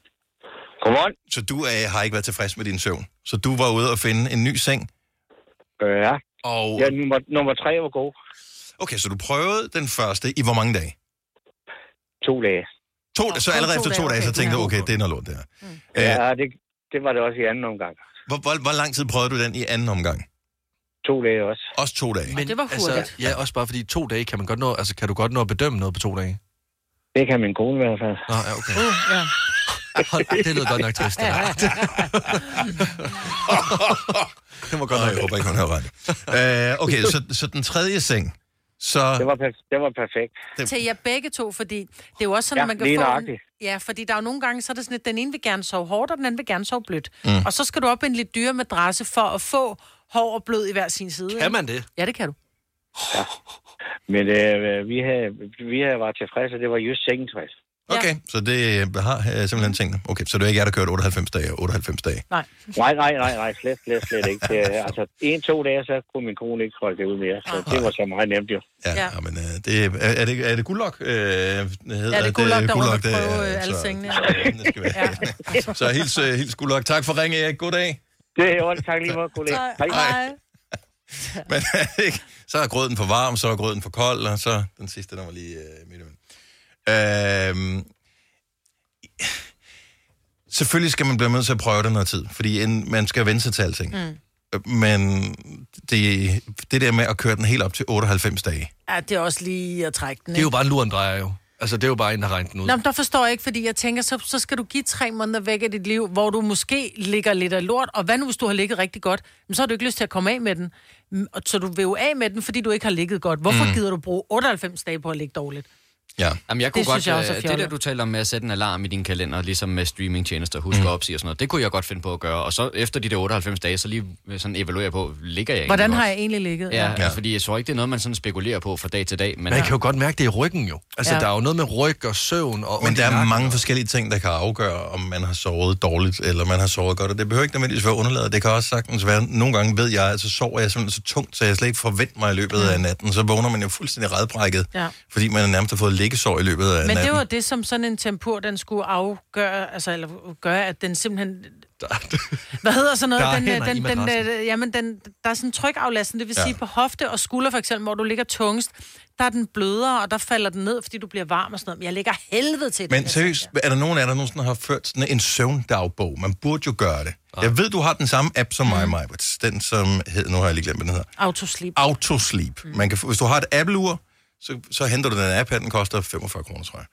A: Godmorgen. Så du øh, har ikke været tilfreds med din søvn. Så du var ude og finde en ny seng.
V: Øh,
A: Ja. Og... Ja, nummer, nummer tre var god. Okay, så du prøvede den første i hvor mange dage? To dage. To, så
V: kun
A: allerede
V: to
A: efter to dage, dage
V: dage,
A: så
V: okay.
A: tænkte du,
V: Ja.
A: okay, det er noget lort, det her.
V: Ja, det, det var det også i anden omgang.
A: Hvor, hvor, hvor lang tid prøvede du den i anden omgang?
V: To dage også.
A: Også to dage?
C: Men,
V: det var
C: Altså,
V: hurtigt.
C: ja, også bare fordi to dage kan man godt nå, altså kan du godt nå at bedømme noget på to dage?
V: Det kan min kone i hvert fald.
C: Nå, ja, okay.
B: Uh, ja.
C: Hold, det lyder godt nok trist. det her.
A: Det var godt nok. Jeg håber ikke, hun hører ret. Øh, okay, så, så den tredje seng, så... Det var, det var perfekt.
B: Det... Til jer begge to, fordi det er jo også sådan,
V: Ja,
B: at man kan
V: lige
B: få... En...
V: nøjagtigt.
B: Ja, fordi der er jo nogle gange, så er det sådan, at den ene vil gerne sove hårdt, og den anden vil gerne sove blødt. Mm.
V: Mm.
B: Og så skal du op i en lidt dyre madrasse for at få hår og blød i hver sin side. ikke?
V: man det?
B: Ja, det kan du.
V: Men øh, vi, havde, vi havde var tilfredse, det var just sengen tilfreds.
A: Okay, så det øh, har øh, simpelthen tingene. Okay, så det er ikke jer, der kørte 98 dage og 98 dage.
B: Nej.
V: Nej, nej, nej, nej, slet, slet, slet ikke. Det, er- altså, en, to dage, så kunne min kone ikke holde det ud mere. Så det var så meget nemt jo.
A: Ja, ja. men øh, det, er, er, det, er det guldlok? Øh, hedder
B: Ja, det guldlok, der rundt
A: Guldlok,
B: og
A: det er,
B: prøve øh, alle
A: så-
B: sengene.
A: Så hils, øh, hils Gullok. Tak for ringe, Erik. God dag.
V: Det er ordentligt. Tak lige meget, kollega. Hej.
B: Hej.
A: Men er det ikke? så er grøden for varm, så er grøden for kold, og så den sidste, der var lige øh, midt imellem. Øhm, selvfølgelig skal man blive nødt til at prøve det noget tid, fordi en, man skal vende sig til alting.
B: Mm.
A: Men det, det der med at køre den helt op til 98 dage,
B: Ja, det er også lige at trække den.
C: Det er jo
B: ikke?
C: bare en luren drejer jo. Altså, det er jo bare en, der regner den ud.
B: Nå, men der forstår jeg ikke, fordi jeg tænker, så, så skal du give tre måneder væk af dit liv, hvor du måske ligger lidt af lort, og hvad nu, hvis du har ligget rigtig godt? Men så har du ikke lyst til at komme af med den. Mm, og Så du vil jo af med den, fordi du ikke har ligget godt. Hvorfor
F: Mm.
B: mm. gider du bruge 98 dage på at ligge dårligt?
A: Ja.
F: Jamen, jeg kunne
B: Det
F: godt,
B: synes jeg også er
F: øh, det
B: fjollet.
F: der, du taler om med at sætte en alarm i din kalender, ligesom med streamingtjenester, husk mm. at opsige og sådan noget, det kunne jeg godt finde på at gøre. Og så efter de der 98 dage, så lige øh, sådan evaluere på, ligger jeg egentlig
B: Hvordan har
F: godt?
B: jeg egentlig ligget?
F: Ja, ja. Altså, fordi jeg tror ikke, det er noget, man sådan spekulerer på fra dag til dag. Men
C: Man kan jo godt mærke det i ryggen jo. Altså,
F: Ja.
C: ja. der er jo noget med ryg og søvn og...
A: Men
C: ondt i
A: der er
C: nakken.
A: mange forskellige ting, der kan afgøre, om man har sovet dårligt, eller man har sovet godt. Og det behøver ikke nødvendigvis være underlaget. Det kan også sagtens være, nogle gange ved jeg, at så sover jeg simpelthen så tungt, så jeg slet ikke forventer mig i løbet af natten. Så vågner man jo fuldstændig redbrækket,
B: Mm. Ja.
A: fordi man nærmest har fået liggesår i løbet
B: Men
A: af natten.
B: det var det, som sådan en tempur, den skulle afgøre, altså, eller gøre, at den simpelthen... Hvad hedder sådan noget?
W: Der er
B: den,
W: hænder i
B: øh, den, den,
W: madrassen.
B: øh, jamen, den, der er sådan en trykaflastning, det vil
W: Ja.
B: ja. sige på hofte og skulder for eksempel, hvor du ligger tungest, der er den blødere, og der falder den ned, fordi du bliver varm og sådan noget. Men jeg ligger helvede til den.
A: Men seriøst, er der nogen af jer, der nogensinde har ført sådan en søvndagbog? Man burde jo gøre det. Jeg ved, du har den samme app som
B: Mm.
A: mig, Maja. Den som hed, nu har jeg lige glemt, hvad den hedder.
B: altså. Autosleep.
A: Autosleep. Mm. Man kan, få- hvis du har et Apple-ur, så, så henter du den app her, den koster 45 kroner, tror jeg.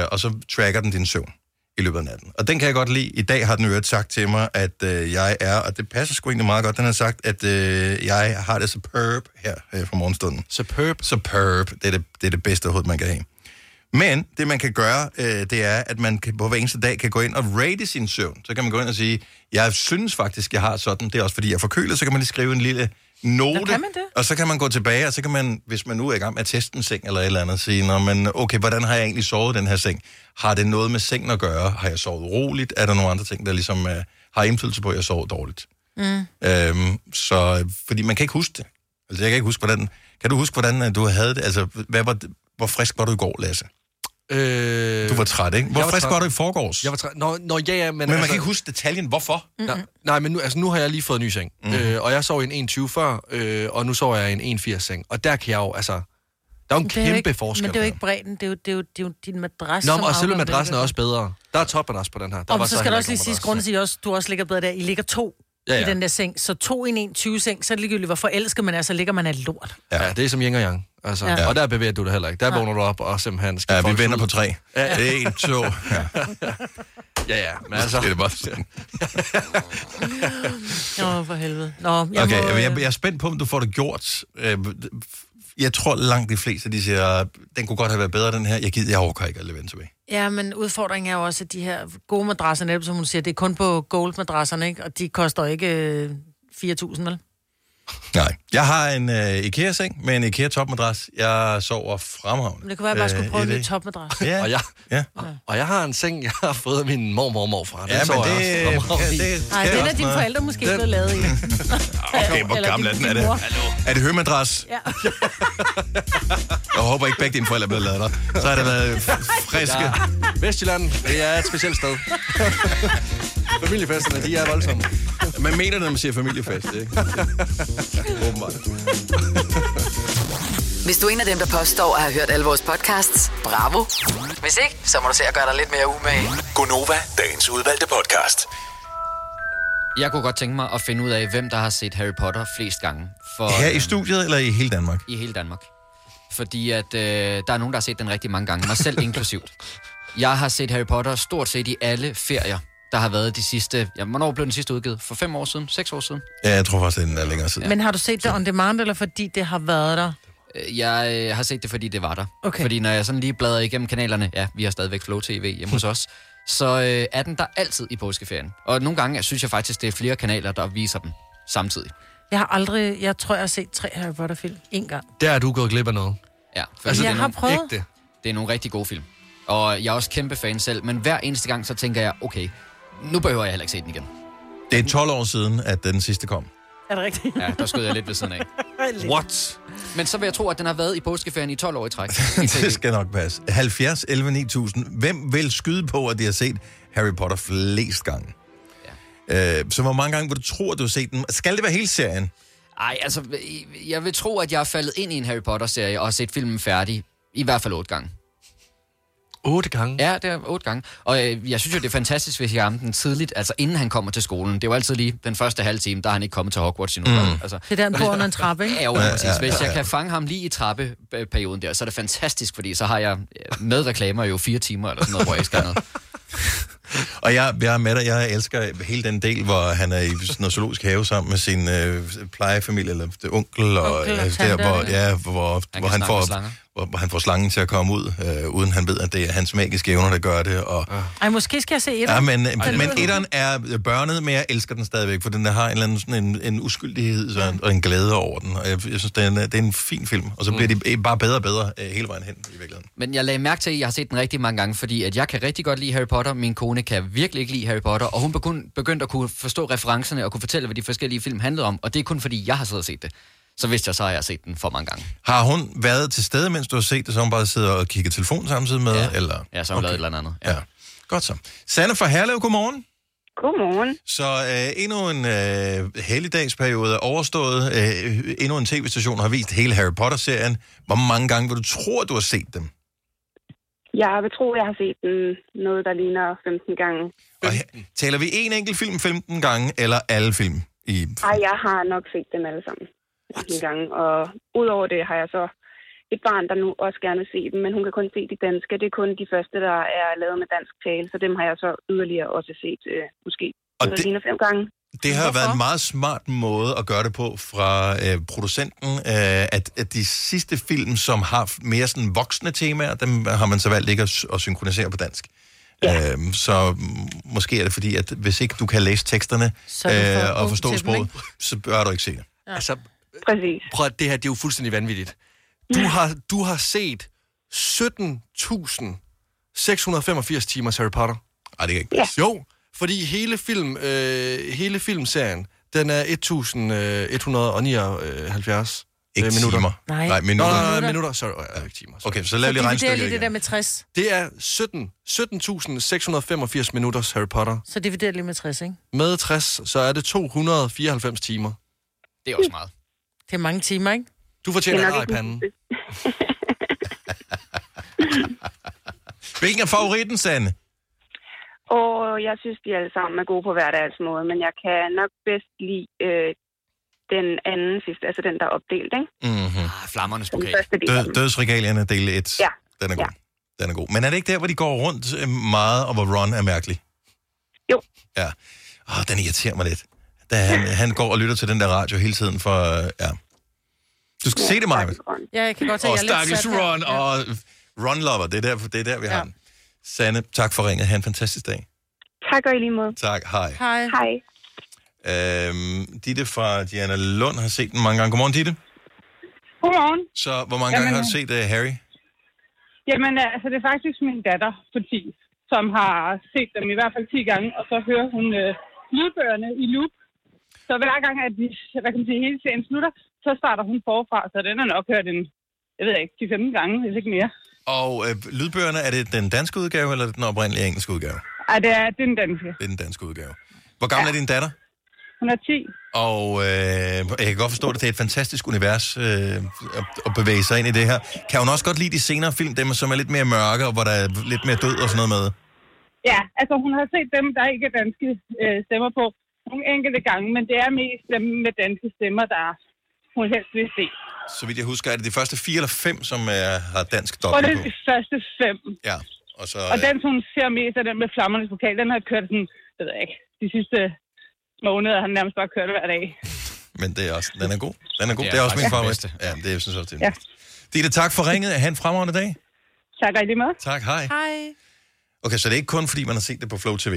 A: Øh, og så tracker den din søvn. i løbet af natten. Og den kan jeg godt lide. I dag har den øvrigt sagt til mig, at øh, jeg er, og det passer sgu egentlig meget godt, den har sagt, at øh, jeg har det superb her øh, fra morgenstunden.
C: Superb?
A: Superb. Det er det, det, er det bedste hoved, man kan have. Men det, man kan gøre, øh, det er, at man kan, på hver eneste dag kan gå ind og rate sin søvn. Så kan man gå ind og sige, jeg synes faktisk, jeg har sådan. Det er også fordi, jeg er forkølet. Så kan man lige skrive en lille note.
B: Nå, kan man det?
A: Og så kan man gå tilbage, og så kan man, hvis man nu er i gang med at teste en seng eller et eller andet, sige, Nå, men, okay, hvordan har jeg egentlig sovet i den her seng? Har det noget med sengen at gøre? Har jeg sovet roligt? Er der nogle andre ting, der ligesom øh, har indflydelse på, at jeg sover dårligt?
D: Mm.
A: Øhm, så, fordi man kan ikke huske det. Altså, jeg kan ikke huske, hvordan... Kan du huske, hvordan øh, du havde det? Altså, hvad var, hvor frisk var du i går, Lasse?
C: Øh,
A: Du var træt, ikke? Hvor
C: jeg var
A: frisk
C: træt.
A: var du i forgårs?
C: Jeg var træt. Nå, nå ja, ja, men...
A: Men man kan ikke huske detaljen. Hvorfor? Mm-hmm.
C: Nej, nej, men nu, altså, nu har jeg lige fået en ny seng. Mm. Øh, og jeg sov i en 1,20 før, øh, og nu sover jeg i en 1,80 seng. Og der kan jeg jo, altså... Der er jo en
B: Det er jo
C: kæmpe
B: ikke,
C: forskel.
B: Men det er jo ikke bredden, det er jo, det er jo, det er jo din madras,
C: Nå,
B: som
C: men og selve
B: afgør,
C: madrassen er
B: hvilket-
C: også bedre. Der er topmadras på den her. Der
B: Og
C: var
B: så skal der
C: heller
B: også lige
C: ikke nogen
B: siges, grunden til, at I også, du også ligger bedre der. I ligger to
C: Ja,
B: ja,
C: ja.
B: ja. i den der seng. Så to i en 21 seng, så er det ligegyldigt, hvor forelsket man er, så ligger man af lort.
C: madras. Ja, det er som yin og yang. Altså, ja.
B: Ja.
C: Og der bevæger du dig heller ikke. Der vågner du op og simpelthen skal
A: Ja, vi
C: folk
A: vender
C: ud.
A: på tre. En, to. Ja.
C: ja, ja. Men altså...
A: Det er bare sådan.
B: Nå, for helvede. Nå, jeg
A: okay,
B: må,
A: jeg, jeg,
B: øh,
A: jeg er spændt på, om du får det gjort. Øh, Jeg tror langt de fleste, de siger, den kunne godt have været bedre, den her. Jeg gider, jeg overgår ikke at levere den tilbage.
B: øh, Ja, men udfordringen er jo også, at de her gode madrasser, netop som hun siger, det er kun på gold-madrasserne, ikke? Og de koster ikke øh, 4.000, vel?
A: Nej. Jeg har en øh, IKEA-seng med en IKEA-topmadras. Jeg sover fremragende.
B: Men det kunne være, at jeg bare skulle
A: øh,
B: prøve
A: i
B: en
A: dag.
B: ny topmadras.
A: Ja.
C: Og jeg,
A: ja.
C: og jeg har en seng, jeg har fået af min mormor og morfar. Den
A: Ja, men
C: sover jeg
A: det-
C: også fremragende
A: ja,
C: i.
A: det-
B: Nej,
A: Skal
B: den
A: også
B: er dine
A: noget.
B: forældre måske blevet lavet i.
A: Okay, hvor
B: Eller
A: gammel er
B: din-
A: den? Er
B: din
A: det,
B: mor.
A: er det hømadras?
B: Ja.
A: Jeg håber ikke, begge dine forældre er blevet lavet der. Så har det været f- friske.
C: Ja, Vestjylland, det er et specielt sted. Familiefesterne, de er voldsomme.
A: Man mener det, når man siger familiefest, ikke? Åbenbart.
E: Hvis du er en af dem, der påstår at have hørt alle vores podcasts, bravo. Hvis ikke, så må du se at gøre dig lidt mere umage.
O: Gonova, dagens udvalgte podcast.
F: Jeg kunne godt tænke mig at finde ud af, hvem der har set Harry Potter flest gange. For,
A: Her i
F: øhm,
A: studiet eller i hele Danmark?
F: i hele Danmark. Fordi at øh, der er nogen, der har set den rigtig mange gange, mig selv inklusivt. Jeg har set Harry Potter stort set i alle ferier, der har været de sidste... Ja, hvornår blev den sidste udgivet? For fem år siden? Seks år siden?
A: Ja, jeg tror faktisk, den er længere siden.
B: Men har du set det on demand, eller fordi det har været der?
F: Øh, Jeg øh, har set det, fordi det var der.
B: Okay.
F: Fordi når jeg sådan lige bladrer igennem kanalerne, ja, vi har stadigvæk Flow TV hjemme hos os, så øh, er den der altid i påskeferien. Og nogle gange synes jeg faktisk, det er flere kanaler, der viser den samtidig.
B: Jeg har aldrig... Jeg tror, jeg har set tre Harry Potter-film. En gang.
C: Der er du gået glip af noget.
F: Ja,
B: Altså,
F: det er
B: jeg har
F: nogle-
B: prøvet. ægte-
F: Det er nogle rigtig gode film. Og jeg er også kæmpe fan selv, men hver eneste gang, så tænker jeg, okay, nu behøver jeg heller ikke se den igen.
A: Det er 12 år siden, at den sidste kom.
B: Er det rigtigt?
F: Ja, der skød jeg lidt ved siden af.
C: What?
F: Men så vil jeg tro, at den har været i påskeferien i 12 år i træk.
A: det skal nok passe. 70, 11, 9000. Hvem vil skyde på, at de har set Harry Potter flest gange? Ja. Øh, så hvor mange gange vil du tro, at du har set den? Skal det være hele serien?
F: Ej, altså, jeg vil tro, at jeg er faldet ind i en Harry Potter-serie og har set filmen færdig i hvert fald otte gange.
C: Otte gange?
F: Ja, det er otte gange. Og øh, jeg synes jo, det er fantastisk, hvis jeg rammer den tidligt, altså inden han kommer til skolen. Det er jo altid lige den første halve time, der er han ikke kommet til Hogwarts endnu.
B: Mm.
F: Altså,
B: Det er der, han bor under en trappe, ikke?
F: Ja, jo,
B: Ja,
F: ja,
B: ja,
F: præcis. Hvis
B: ja,
F: jeg
B: ja.
F: kan fange ham lige i trappeperioden der, så er det fantastisk, fordi så har jeg øh, med reklamer jo fire timer eller sådan noget, hvor jeg skal noget.
A: Og jeg, jeg er med dig, jeg elsker hele den del, hvor han er i sådan noget zoologisk have sammen med sin øh, plejefamilie, eller det, onkel, og,
F: Onkel og
A: øh, der,
F: tante,
A: hvor,
F: eller-
A: ja, hvor,
F: kan
A: hvor, han
F: snakke med
A: får,
F: slanger.
A: hvor, hvor han får slangen til at komme ud, øh, uden han ved, at det er hans magiske evner, der gør det. Og,
B: Ej, måske skal jeg se et.
A: Ja, men, men etteren er børnet, men jeg elsker den stadigvæk, for den har en eller anden sådan en, en uskyldighed og en, og en glæde over den. Og jeg, jeg synes, den er, det er en fin film, og så bliver mm. de bare bedre og bedre øh, hele vejen hen i virkeligheden.
F: Men jeg lagde mærke til, at jeg har set den rigtig mange gange, fordi at jeg kan rigtig godt lide Harry Potter, min kone kan virkelig ikke lide Harry Potter, og hun begynd- begyndte at kunne forstå referencerne og kunne fortælle, hvad de forskellige film handlede om, og det er kun fordi, jeg har siddet og set det. Så vidste jeg så, at jeg har set den for mange gange.
A: Har hun været til stede, mens du har set det, så hun bare sidder og kigger telefon samtidig med? Ja, eller?
F: ja så har hun lavet et eller andet.
A: Ja. ja. Godt så. Sanne fra Herlev, godmorgen.
R: Godmorgen.
A: Så øh, endnu en øh, helligdagsperiode er overstået. Øh, endnu en tv-station har vist hele Harry Potter-serien. Hvor mange gange vil du tro, at du har set dem?
R: Jeg vil tro, jeg har set den noget, der ligner 15 gange.
A: Og her, taler vi en enkelt film 15 gange, eller alle film? I,
R: Ej, jeg har nok set dem alle sammen 15 gange. Og udover det har jeg så
P: et barn, der nu også gerne vil se dem, men hun kan kun se de danske. Det er kun de første, der er lavet med dansk tale, så dem har jeg så yderligere også set øh, måske
A: Og
P: og det...
A: det-
P: eller fem gange.
A: Det har været en meget smart måde at gøre det på fra øh, producenten, øh, at, at de sidste film, som har f- mere sådan voksne temaer, dem har man så valgt ikke at, s- at synkronisere på dansk. Ja. Øhm, så mm, måske er det fordi, at hvis ikke du kan læse teksterne
C: Så er du for
A: øh, og
C: ung
A: forstå
C: til dem,
A: sproget,
C: ikke?
A: så bør du ikke se det.
C: Ja. Altså,
P: Præcis.
C: prøv at det her, det er jo fuldstændig vanvittigt. Du har, du har set 17.685 timers Harry Potter.
A: Ej, det er ikke
C: ja. Jo, fordi hele, film, øh, hele filmserien, den er 1179
A: Ikke
C: øh, minutter.
A: timer. Nej. Nej, minutter.
C: Nå, nej, nej, minutter. Sorry, øh, ikke timer.
A: Okay, så lav lige
B: det er
A: regnstykket
B: lige det
A: igen.
B: der med 60.
C: Det er 17 17.685 minutters Harry Potter.
B: Så dividerer lige med 60, ikke?
C: Med 60, så er det 294 timer.
F: Det er også meget.
B: Det er mange timer, ikke?
C: Du fortjener en ar i panden.
A: Hvilken er favoritten, Sande?
P: Og jeg synes, de alle sammen er gode på hverdagsmåde, men jeg kan nok bedst lide øh, den anden sidste, altså den, der er opdelt, ikke?
A: Mm-hmm.
F: Flammernes
P: pokal. første del.
A: Død, dødsregalierne, del 1.
P: Ja.
A: Den er god. Den er god. Men er det ikke der, hvor de går rundt øh, meget, og hvor Ron er mærkelig?
P: Jo.
A: Ja. Åh, den irriterer mig lidt. Da han, han går og lytter til den der radio hele tiden for... øh, Ja. Du skal se det, Maja.
B: Ja, jeg kan godt se,
A: Og
B: jeg er lidt
A: stakkels
B: sat her.
A: Ron, og Ron lover. Det er der, det er der vi har den. Sanne, tak for ringet. Ha' en fantastisk dag.
P: Tak og i lige måde.
A: Tak. Hej.
B: Hej.
P: Hej.
A: Øhm, Ditte fra Diana Lund har set den mange gange. Godmorgen, Ditte.
R: Godmorgen.
A: Så hvor mange gange
R: Jamen,
A: har du set uh, Harry?
R: Jamen, altså, det er faktisk min datter på 10, som har set dem i hvert fald 10 gange, og så hører hun øh, lydbøgerne i loop. Så hver gang, at de, hvad kan man sige, hele serien slutter, så starter hun forfra, så den har nok hørt en, jeg ved ikke, 10-15 gange, hvis ikke mere.
A: Og øh, lydbøgerne, er det den danske udgave, eller er det den oprindelige engelske udgave?
R: Ej, det er, det er den danske.
A: Det er den danske udgave. Hvor gammel ja. er din datter?
R: Hun er 10.
A: Og øh, jeg kan godt forstå, at det er et fantastisk univers øh, at, at bevæge sig ind i det her. Kan hun også godt lide de senere film, dem som er lidt mere mørke, og hvor der er lidt mere død og sådan noget med?
R: Ja, altså hun har set dem, der ikke er danske øh, stemmer på nogle enkelte gange, men det er mest dem med danske stemmer, der hun helst vil se.
A: Så vidt jeg husker, er det de første fire eller fem, som øh, har dansk
R: Og det
A: dobbelt
R: er
A: på?
R: de første fem.
A: Ja, og så...
R: Og
A: øh,
R: den, hun ser mest, er den med flammernes pokal. Den har jeg kørt sådan, det ved jeg ikke, de sidste måneder har den nærmest bare kørt hver dag.
A: øh, Men det er også, den er god. Den er god.
F: Det er
A: Det er, også
F: faktisk
A: min
F: den
A: favorit.
F: bedste.
A: Ja, det jeg synes jeg også, det er
R: Ja.
A: ja. Ditte, tak for ringet. Ha' en fremragende dag.
R: Tak og i lige måde.
A: Tak, hej.
B: Hej.
A: Okay, så det er ikke kun, fordi man har set det på Flow TV.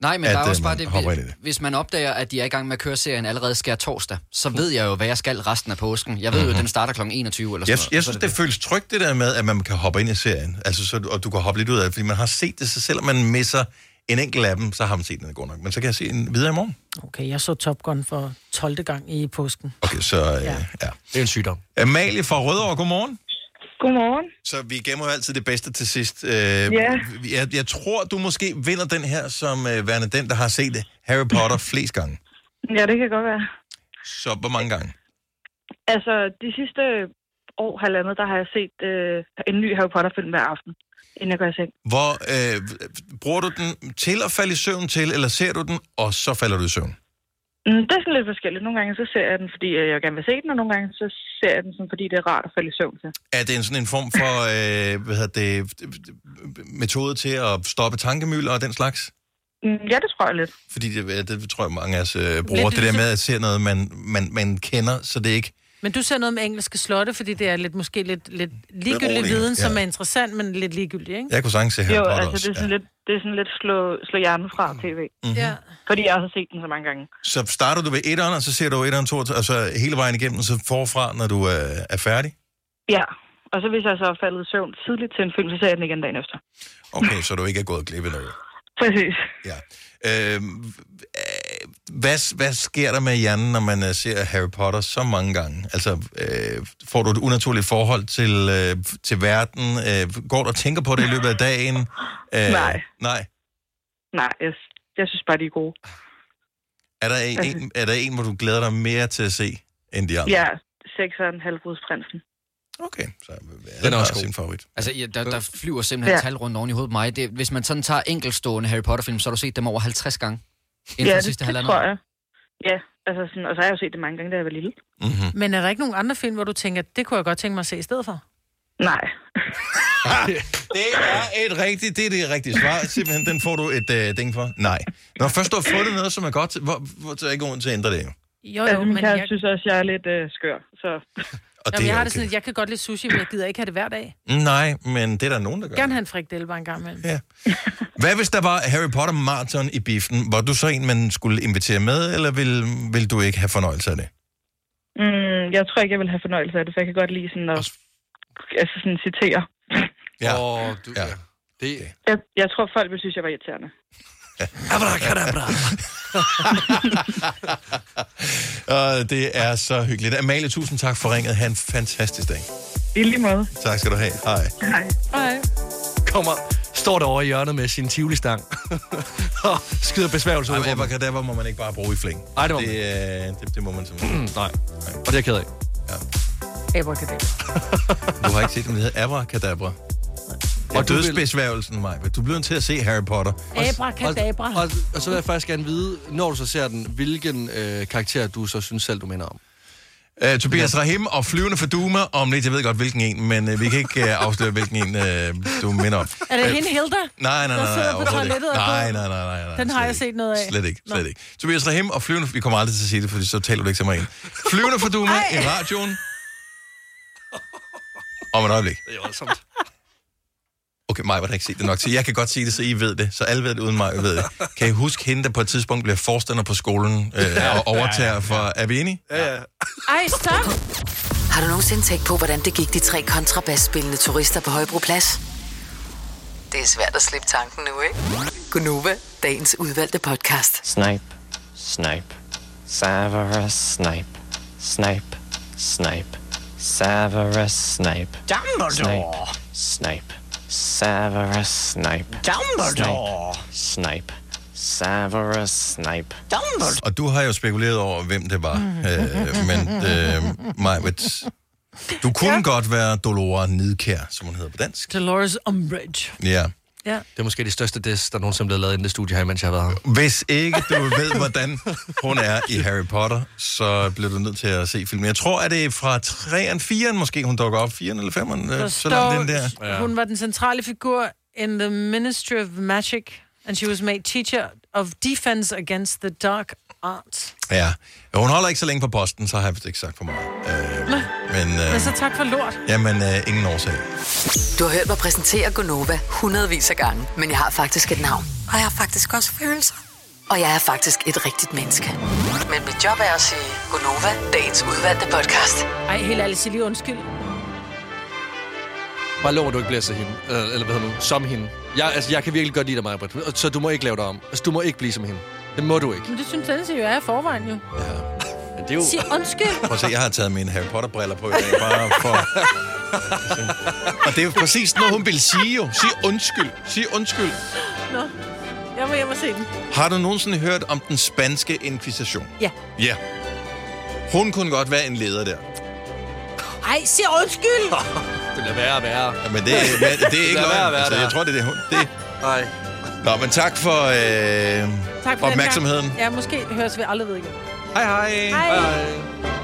F: Nej, men
A: at,
F: der er
A: øh,
F: også bare
A: man
F: det,
A: hopper
F: hvis-
A: ind i det.
F: hvis man opdager, at de er i gang med at køre serien allerede skær torsdag, så ved jeg jo, hvad jeg skal resten af påsken. Jeg ved
A: Mhm.
F: jo, at den starter kl. 21 eller sådan
A: Jeg,
F: noget.
A: jeg
F: Så er
A: synes, det føles trygt, det der med, at man kan hoppe ind i serien. Altså, så, og du kan hoppe lidt ud af det, fordi man har set det, så selvom man misser en enkelt af dem, så har man set den god nok. Men så kan jeg se den videre i morgen.
B: Okay, jeg så Top Gun for 12. gang i påsken.
A: Okay, så øh, ja. ja.
C: Det er en sygdom.
A: Amalie fra Rødovre, godmorgen.
R: Godmorgen.
A: Så vi gemmer jo altid det bedste til sidst. Øh, jeg, jeg tror, du måske vinder den her som øh, værende den, der har set Harry Potter flest gange.
D: Ja, det kan godt være.
A: Så hvor mange gange?
D: Altså, de sidste år, halvandet, der har jeg set øh, en ny Harry Potter-film hver aften, inden jeg går i seng.
A: Hvor øh, bruger du den til at falde i søvn til, eller ser du den, og så falder du i søvn?
D: Mm, Det er sådan lidt forskelligt. Nogle gange så ser jeg den, fordi øh, jeg gerne vil se den, og nogle gange så ser jeg den, sådan, fordi det er rart at falde i søvn til.
A: Er det en sådan en form for øh, hvad hedder det, metode til at stoppe tankemøller og den slags?
D: Mm, Ja, det tror jeg lidt.
A: Fordi det, det tror jeg, mange af os øh, bruger.
B: Lidt
A: det der
B: ligesom-
A: med at se noget, man, man, man kender, så det ikke...
B: Men du ser noget om engelske slotte, fordi det er lidt, måske lidt, lidt ligegyldig
A: Beroligende,
B: viden,
A: ja.
B: ja. som er interessant, men lidt ligegyldig, ikke?
A: Jeg kunne sagtens se Harry
D: jo,
A: Potter
D: altså, det
A: også.
D: er sådan lidt, det er sådan lidt slå, slå hjernen fra tv.
A: Mhm. Ja.
D: Fordi jeg også har set den så mange gange.
A: Så starter du ved etteren, og så ser du etteren, to, og så hele vejen igennem, så forfra, når du øh, er færdig?
D: Ja, og så hvis jeg så er faldet i søvn tidligt til en film, så ser jeg den igen dagen efter.
A: Okay, så du ikke er gået glip af noget.
D: Præcis.
A: Øh, hvad, hvad sker der med hjernen, når man øh, ser Harry Potter så mange gange? Altså, øh, får du et unaturligt forhold til, øh, til verden? Øh, går du og tænker på det i løbet af dagen? Øh,
D: Nej.
A: Nej.
D: Nej, jeg, jeg synes bare, de er gode.
A: Er der, en,
D: Altså-
A: en, er der en, hvor du glæder dig mere til at se, end de andre?
D: Ja, sekseren, halvbrudsprinsen.
A: Okay. Så,
F: Den er også
A: sin favorit.
F: Altså, ja, der, der flyver simpelthen
D: Ja.
F: ja. tal rundt oven i hovedet på mig. Det, hvis man sådan tager enkeltstående Harry Potter-film, så har du set dem over 50 gange. Inden
D: ja,
F: for
D: det,
F: de sidste
D: det
F: halvandet
D: tror
F: år.
D: jeg. Ja, altså sådan, og så har jeg jo set det mange gange, da jeg var lille.
A: Mm-hmm.
B: Men er der ikke nogen andre film, hvor du tænker, det kunne jeg godt tænke mig at se i stedet for?
A: Nej. det er et rigtigt, det er det rigtige svar. Simpelthen, den får du et øh, ding for. Nej. Når først du har fundet noget, som er godt, hvor, hvor så er der ikke grund til at ændre det. jo.
B: Jo,
D: altså,
B: jo,
D: min
B: men
D: kæreste
B: jeg-
D: synes også, jeg er lidt øh, skør. Så.
A: Og
B: Jamen,
A: det
B: jeg
A: er
B: har det sådan, at jeg kan godt lide sushi, men jeg gider ikke have det hver dag.
A: Nej, men det er der nogen, der gør.
B: Gerne have en frikdel bare en gang imellem.
A: Ja. Hvad hvis der var Harry Potter Marathon i biffen? Var du så en, man skulle invitere med, eller ville, ville du ikke have fornøjelse af det?
D: Mm, jeg tror ikke, jeg vil have fornøjelse af det, for jeg kan godt lide sådan at altså sådan, citere.
A: Ja.
C: Og du, ja. Det,
D: Jeg, jeg tror, folk vil synes, jeg var irriterende.
C: Abracadabra.
A: Og det er så hyggeligt. Amalie, tusind tak for ringet. Ha' en fantastisk dag.
D: I lige måde.
A: Tak skal du have. Hej.
D: Hej. Hej.
C: kommer, står derovre i hjørnet med sin tivoli-stang og skyder besværgelse ud.
A: Ej, men Abracadabra må man ikke bare bruge i flæng.
C: Nej, det må
A: det, man. Det, det må man simpelthen.
C: Nej. Og det er jeg ked af.
B: Abracadabra.
A: Du har ikke set, om det hedder Abracadabra. Og
C: du vil-
A: dødsbesværgelsen, Maja. Du bliver nødt til at se Harry Potter.
B: Abracadabra.
C: Og, og, og så vil jeg faktisk gerne vide, når du så ser den, hvilken øh, karakter du så synes selv, du minder om.
A: Uh, Tobias Rahim og Flyvende for Duma om lidt. Jeg ved godt, hvilken en, men uh, vi kan ikke uh, afsløre, hvilken en uh, du minder om.
B: Er det
A: Øh,
B: hende Hilda?
A: Nej,
B: Der
A: nej, nej. nej,
B: sidder på
A: overhovedet ikke.
B: toilettet og
A: nej,
B: går?
A: nej, nej, nej, nej.
B: Den har jeg set noget af.
A: Slet ikke, slet
B: Nå.
A: ikke. Tobias Rahim og Flyvende... Vi kommer aldrig til at sige det, for så taler du ikke til mig ind. Flyvende for Duma i radioen. Om et øjeblik.
C: Det er voldsomt.
A: Okay, mig var der ikke set det nok til. Jeg kan godt sige det, så I ved det. Så alle ved det, uden mig ved det. Kan I huske hende, der på et tidspunkt bliver forstander på skolen øh, og overtager for... Er vi enige?
C: Ja, ja.
B: Ej, stop!
E: Har du nogensinde tænkt på, hvordan det gik de tre kontrabasspillende turister på Højbroplads? Det er svært at slippe tanken nu, ikke? Gunova, dagens udvalgte podcast.
J: Snipe, snipe, Severus Snipe, snipe, snipe, Severus Snipe.
U: altså.
M: Dumbledore.
J: Snipe, snipe, Severus Snipe.
M: Dumbledore.
J: Snipe, snipe, Severus Snipe.
A: Og du har jo spekuleret over, hvem det var. Øh, men øh, Majbet, du kunne ja. godt være Dolora Nidkær, som hun hedder på dansk.
B: Dolores Umbridge.
A: Ja.
B: Ja.
C: Det er måske det største des, der nogensinde er blevet lavet i det studie her, mens jeg har været her.
A: Hvis ikke du ved, hvordan hun er i Harry Potter, så bliver du nødt til at se filmen. Jeg tror, at det er fra 3'eren, 4'eren måske, hun dukker op. 4'eren eller 5'eren,
B: Der
A: øh, så
B: står,
A: langt den der.
B: hun var den centrale figur in the Ministry of Magic, and she was made teacher of defense against the dark arts.
A: Ja. Hun holder ikke så længe på posten, så har jeg vist ikke sagt for meget. Øh,
B: Nå,
A: men,
B: men
A: øh,
B: så tak for lort.
A: jamen, øh, ingen årsag.
E: Du har hørt mig præsentere Gunova hundredvis af gange, men jeg har faktisk et navn. Og jeg har faktisk også følelser. Og jeg er faktisk et rigtigt menneske. Men mit job er at sige Gunova, dagens udvalgte podcast.
B: Ej, helt ærligt, sig lige undskyld.
C: Bare lov, at du ikke bliver så hende. øh, Eller, eller hvad hedder det nu? Som hende. Jeg, altså, jeg kan virkelig godt lide dig, Maja. Så du må ikke lave dig om. Altså, du må ikke blive som hende. Det må du ikke.
B: Men det synes Dennis jo, jeg er i forvejen jo.
C: Men det er jo...
B: Sig undskyld.
A: Prøv at se, jeg har taget mine Harry Potter-briller på i dag, bare for... Og det er jo præcis noget, hun vil sige jo. Sig undskyld. Sig undskyld.
B: Nå, jeg må hjem og se den.
A: Har du nogensinde hørt om den spanske inkvisition?
B: Ja.
A: Ja. Hun kunne godt være en leder der.
B: Ej, sig undskyld!
C: Det bliver værre og værre.
A: Ja, men det, men det er ikke
C: Lad være at
A: løgn.
C: være
A: Altså,
C: der.
A: jeg tror, det er det. hun- det.
C: Nej.
A: Nå, men tak for, øh,
B: Tak for den gang.
A: opmærksomheden.
B: Ja, måske høres vi aldrig ved igen.
C: Hej hej.
B: Hej.
C: hej.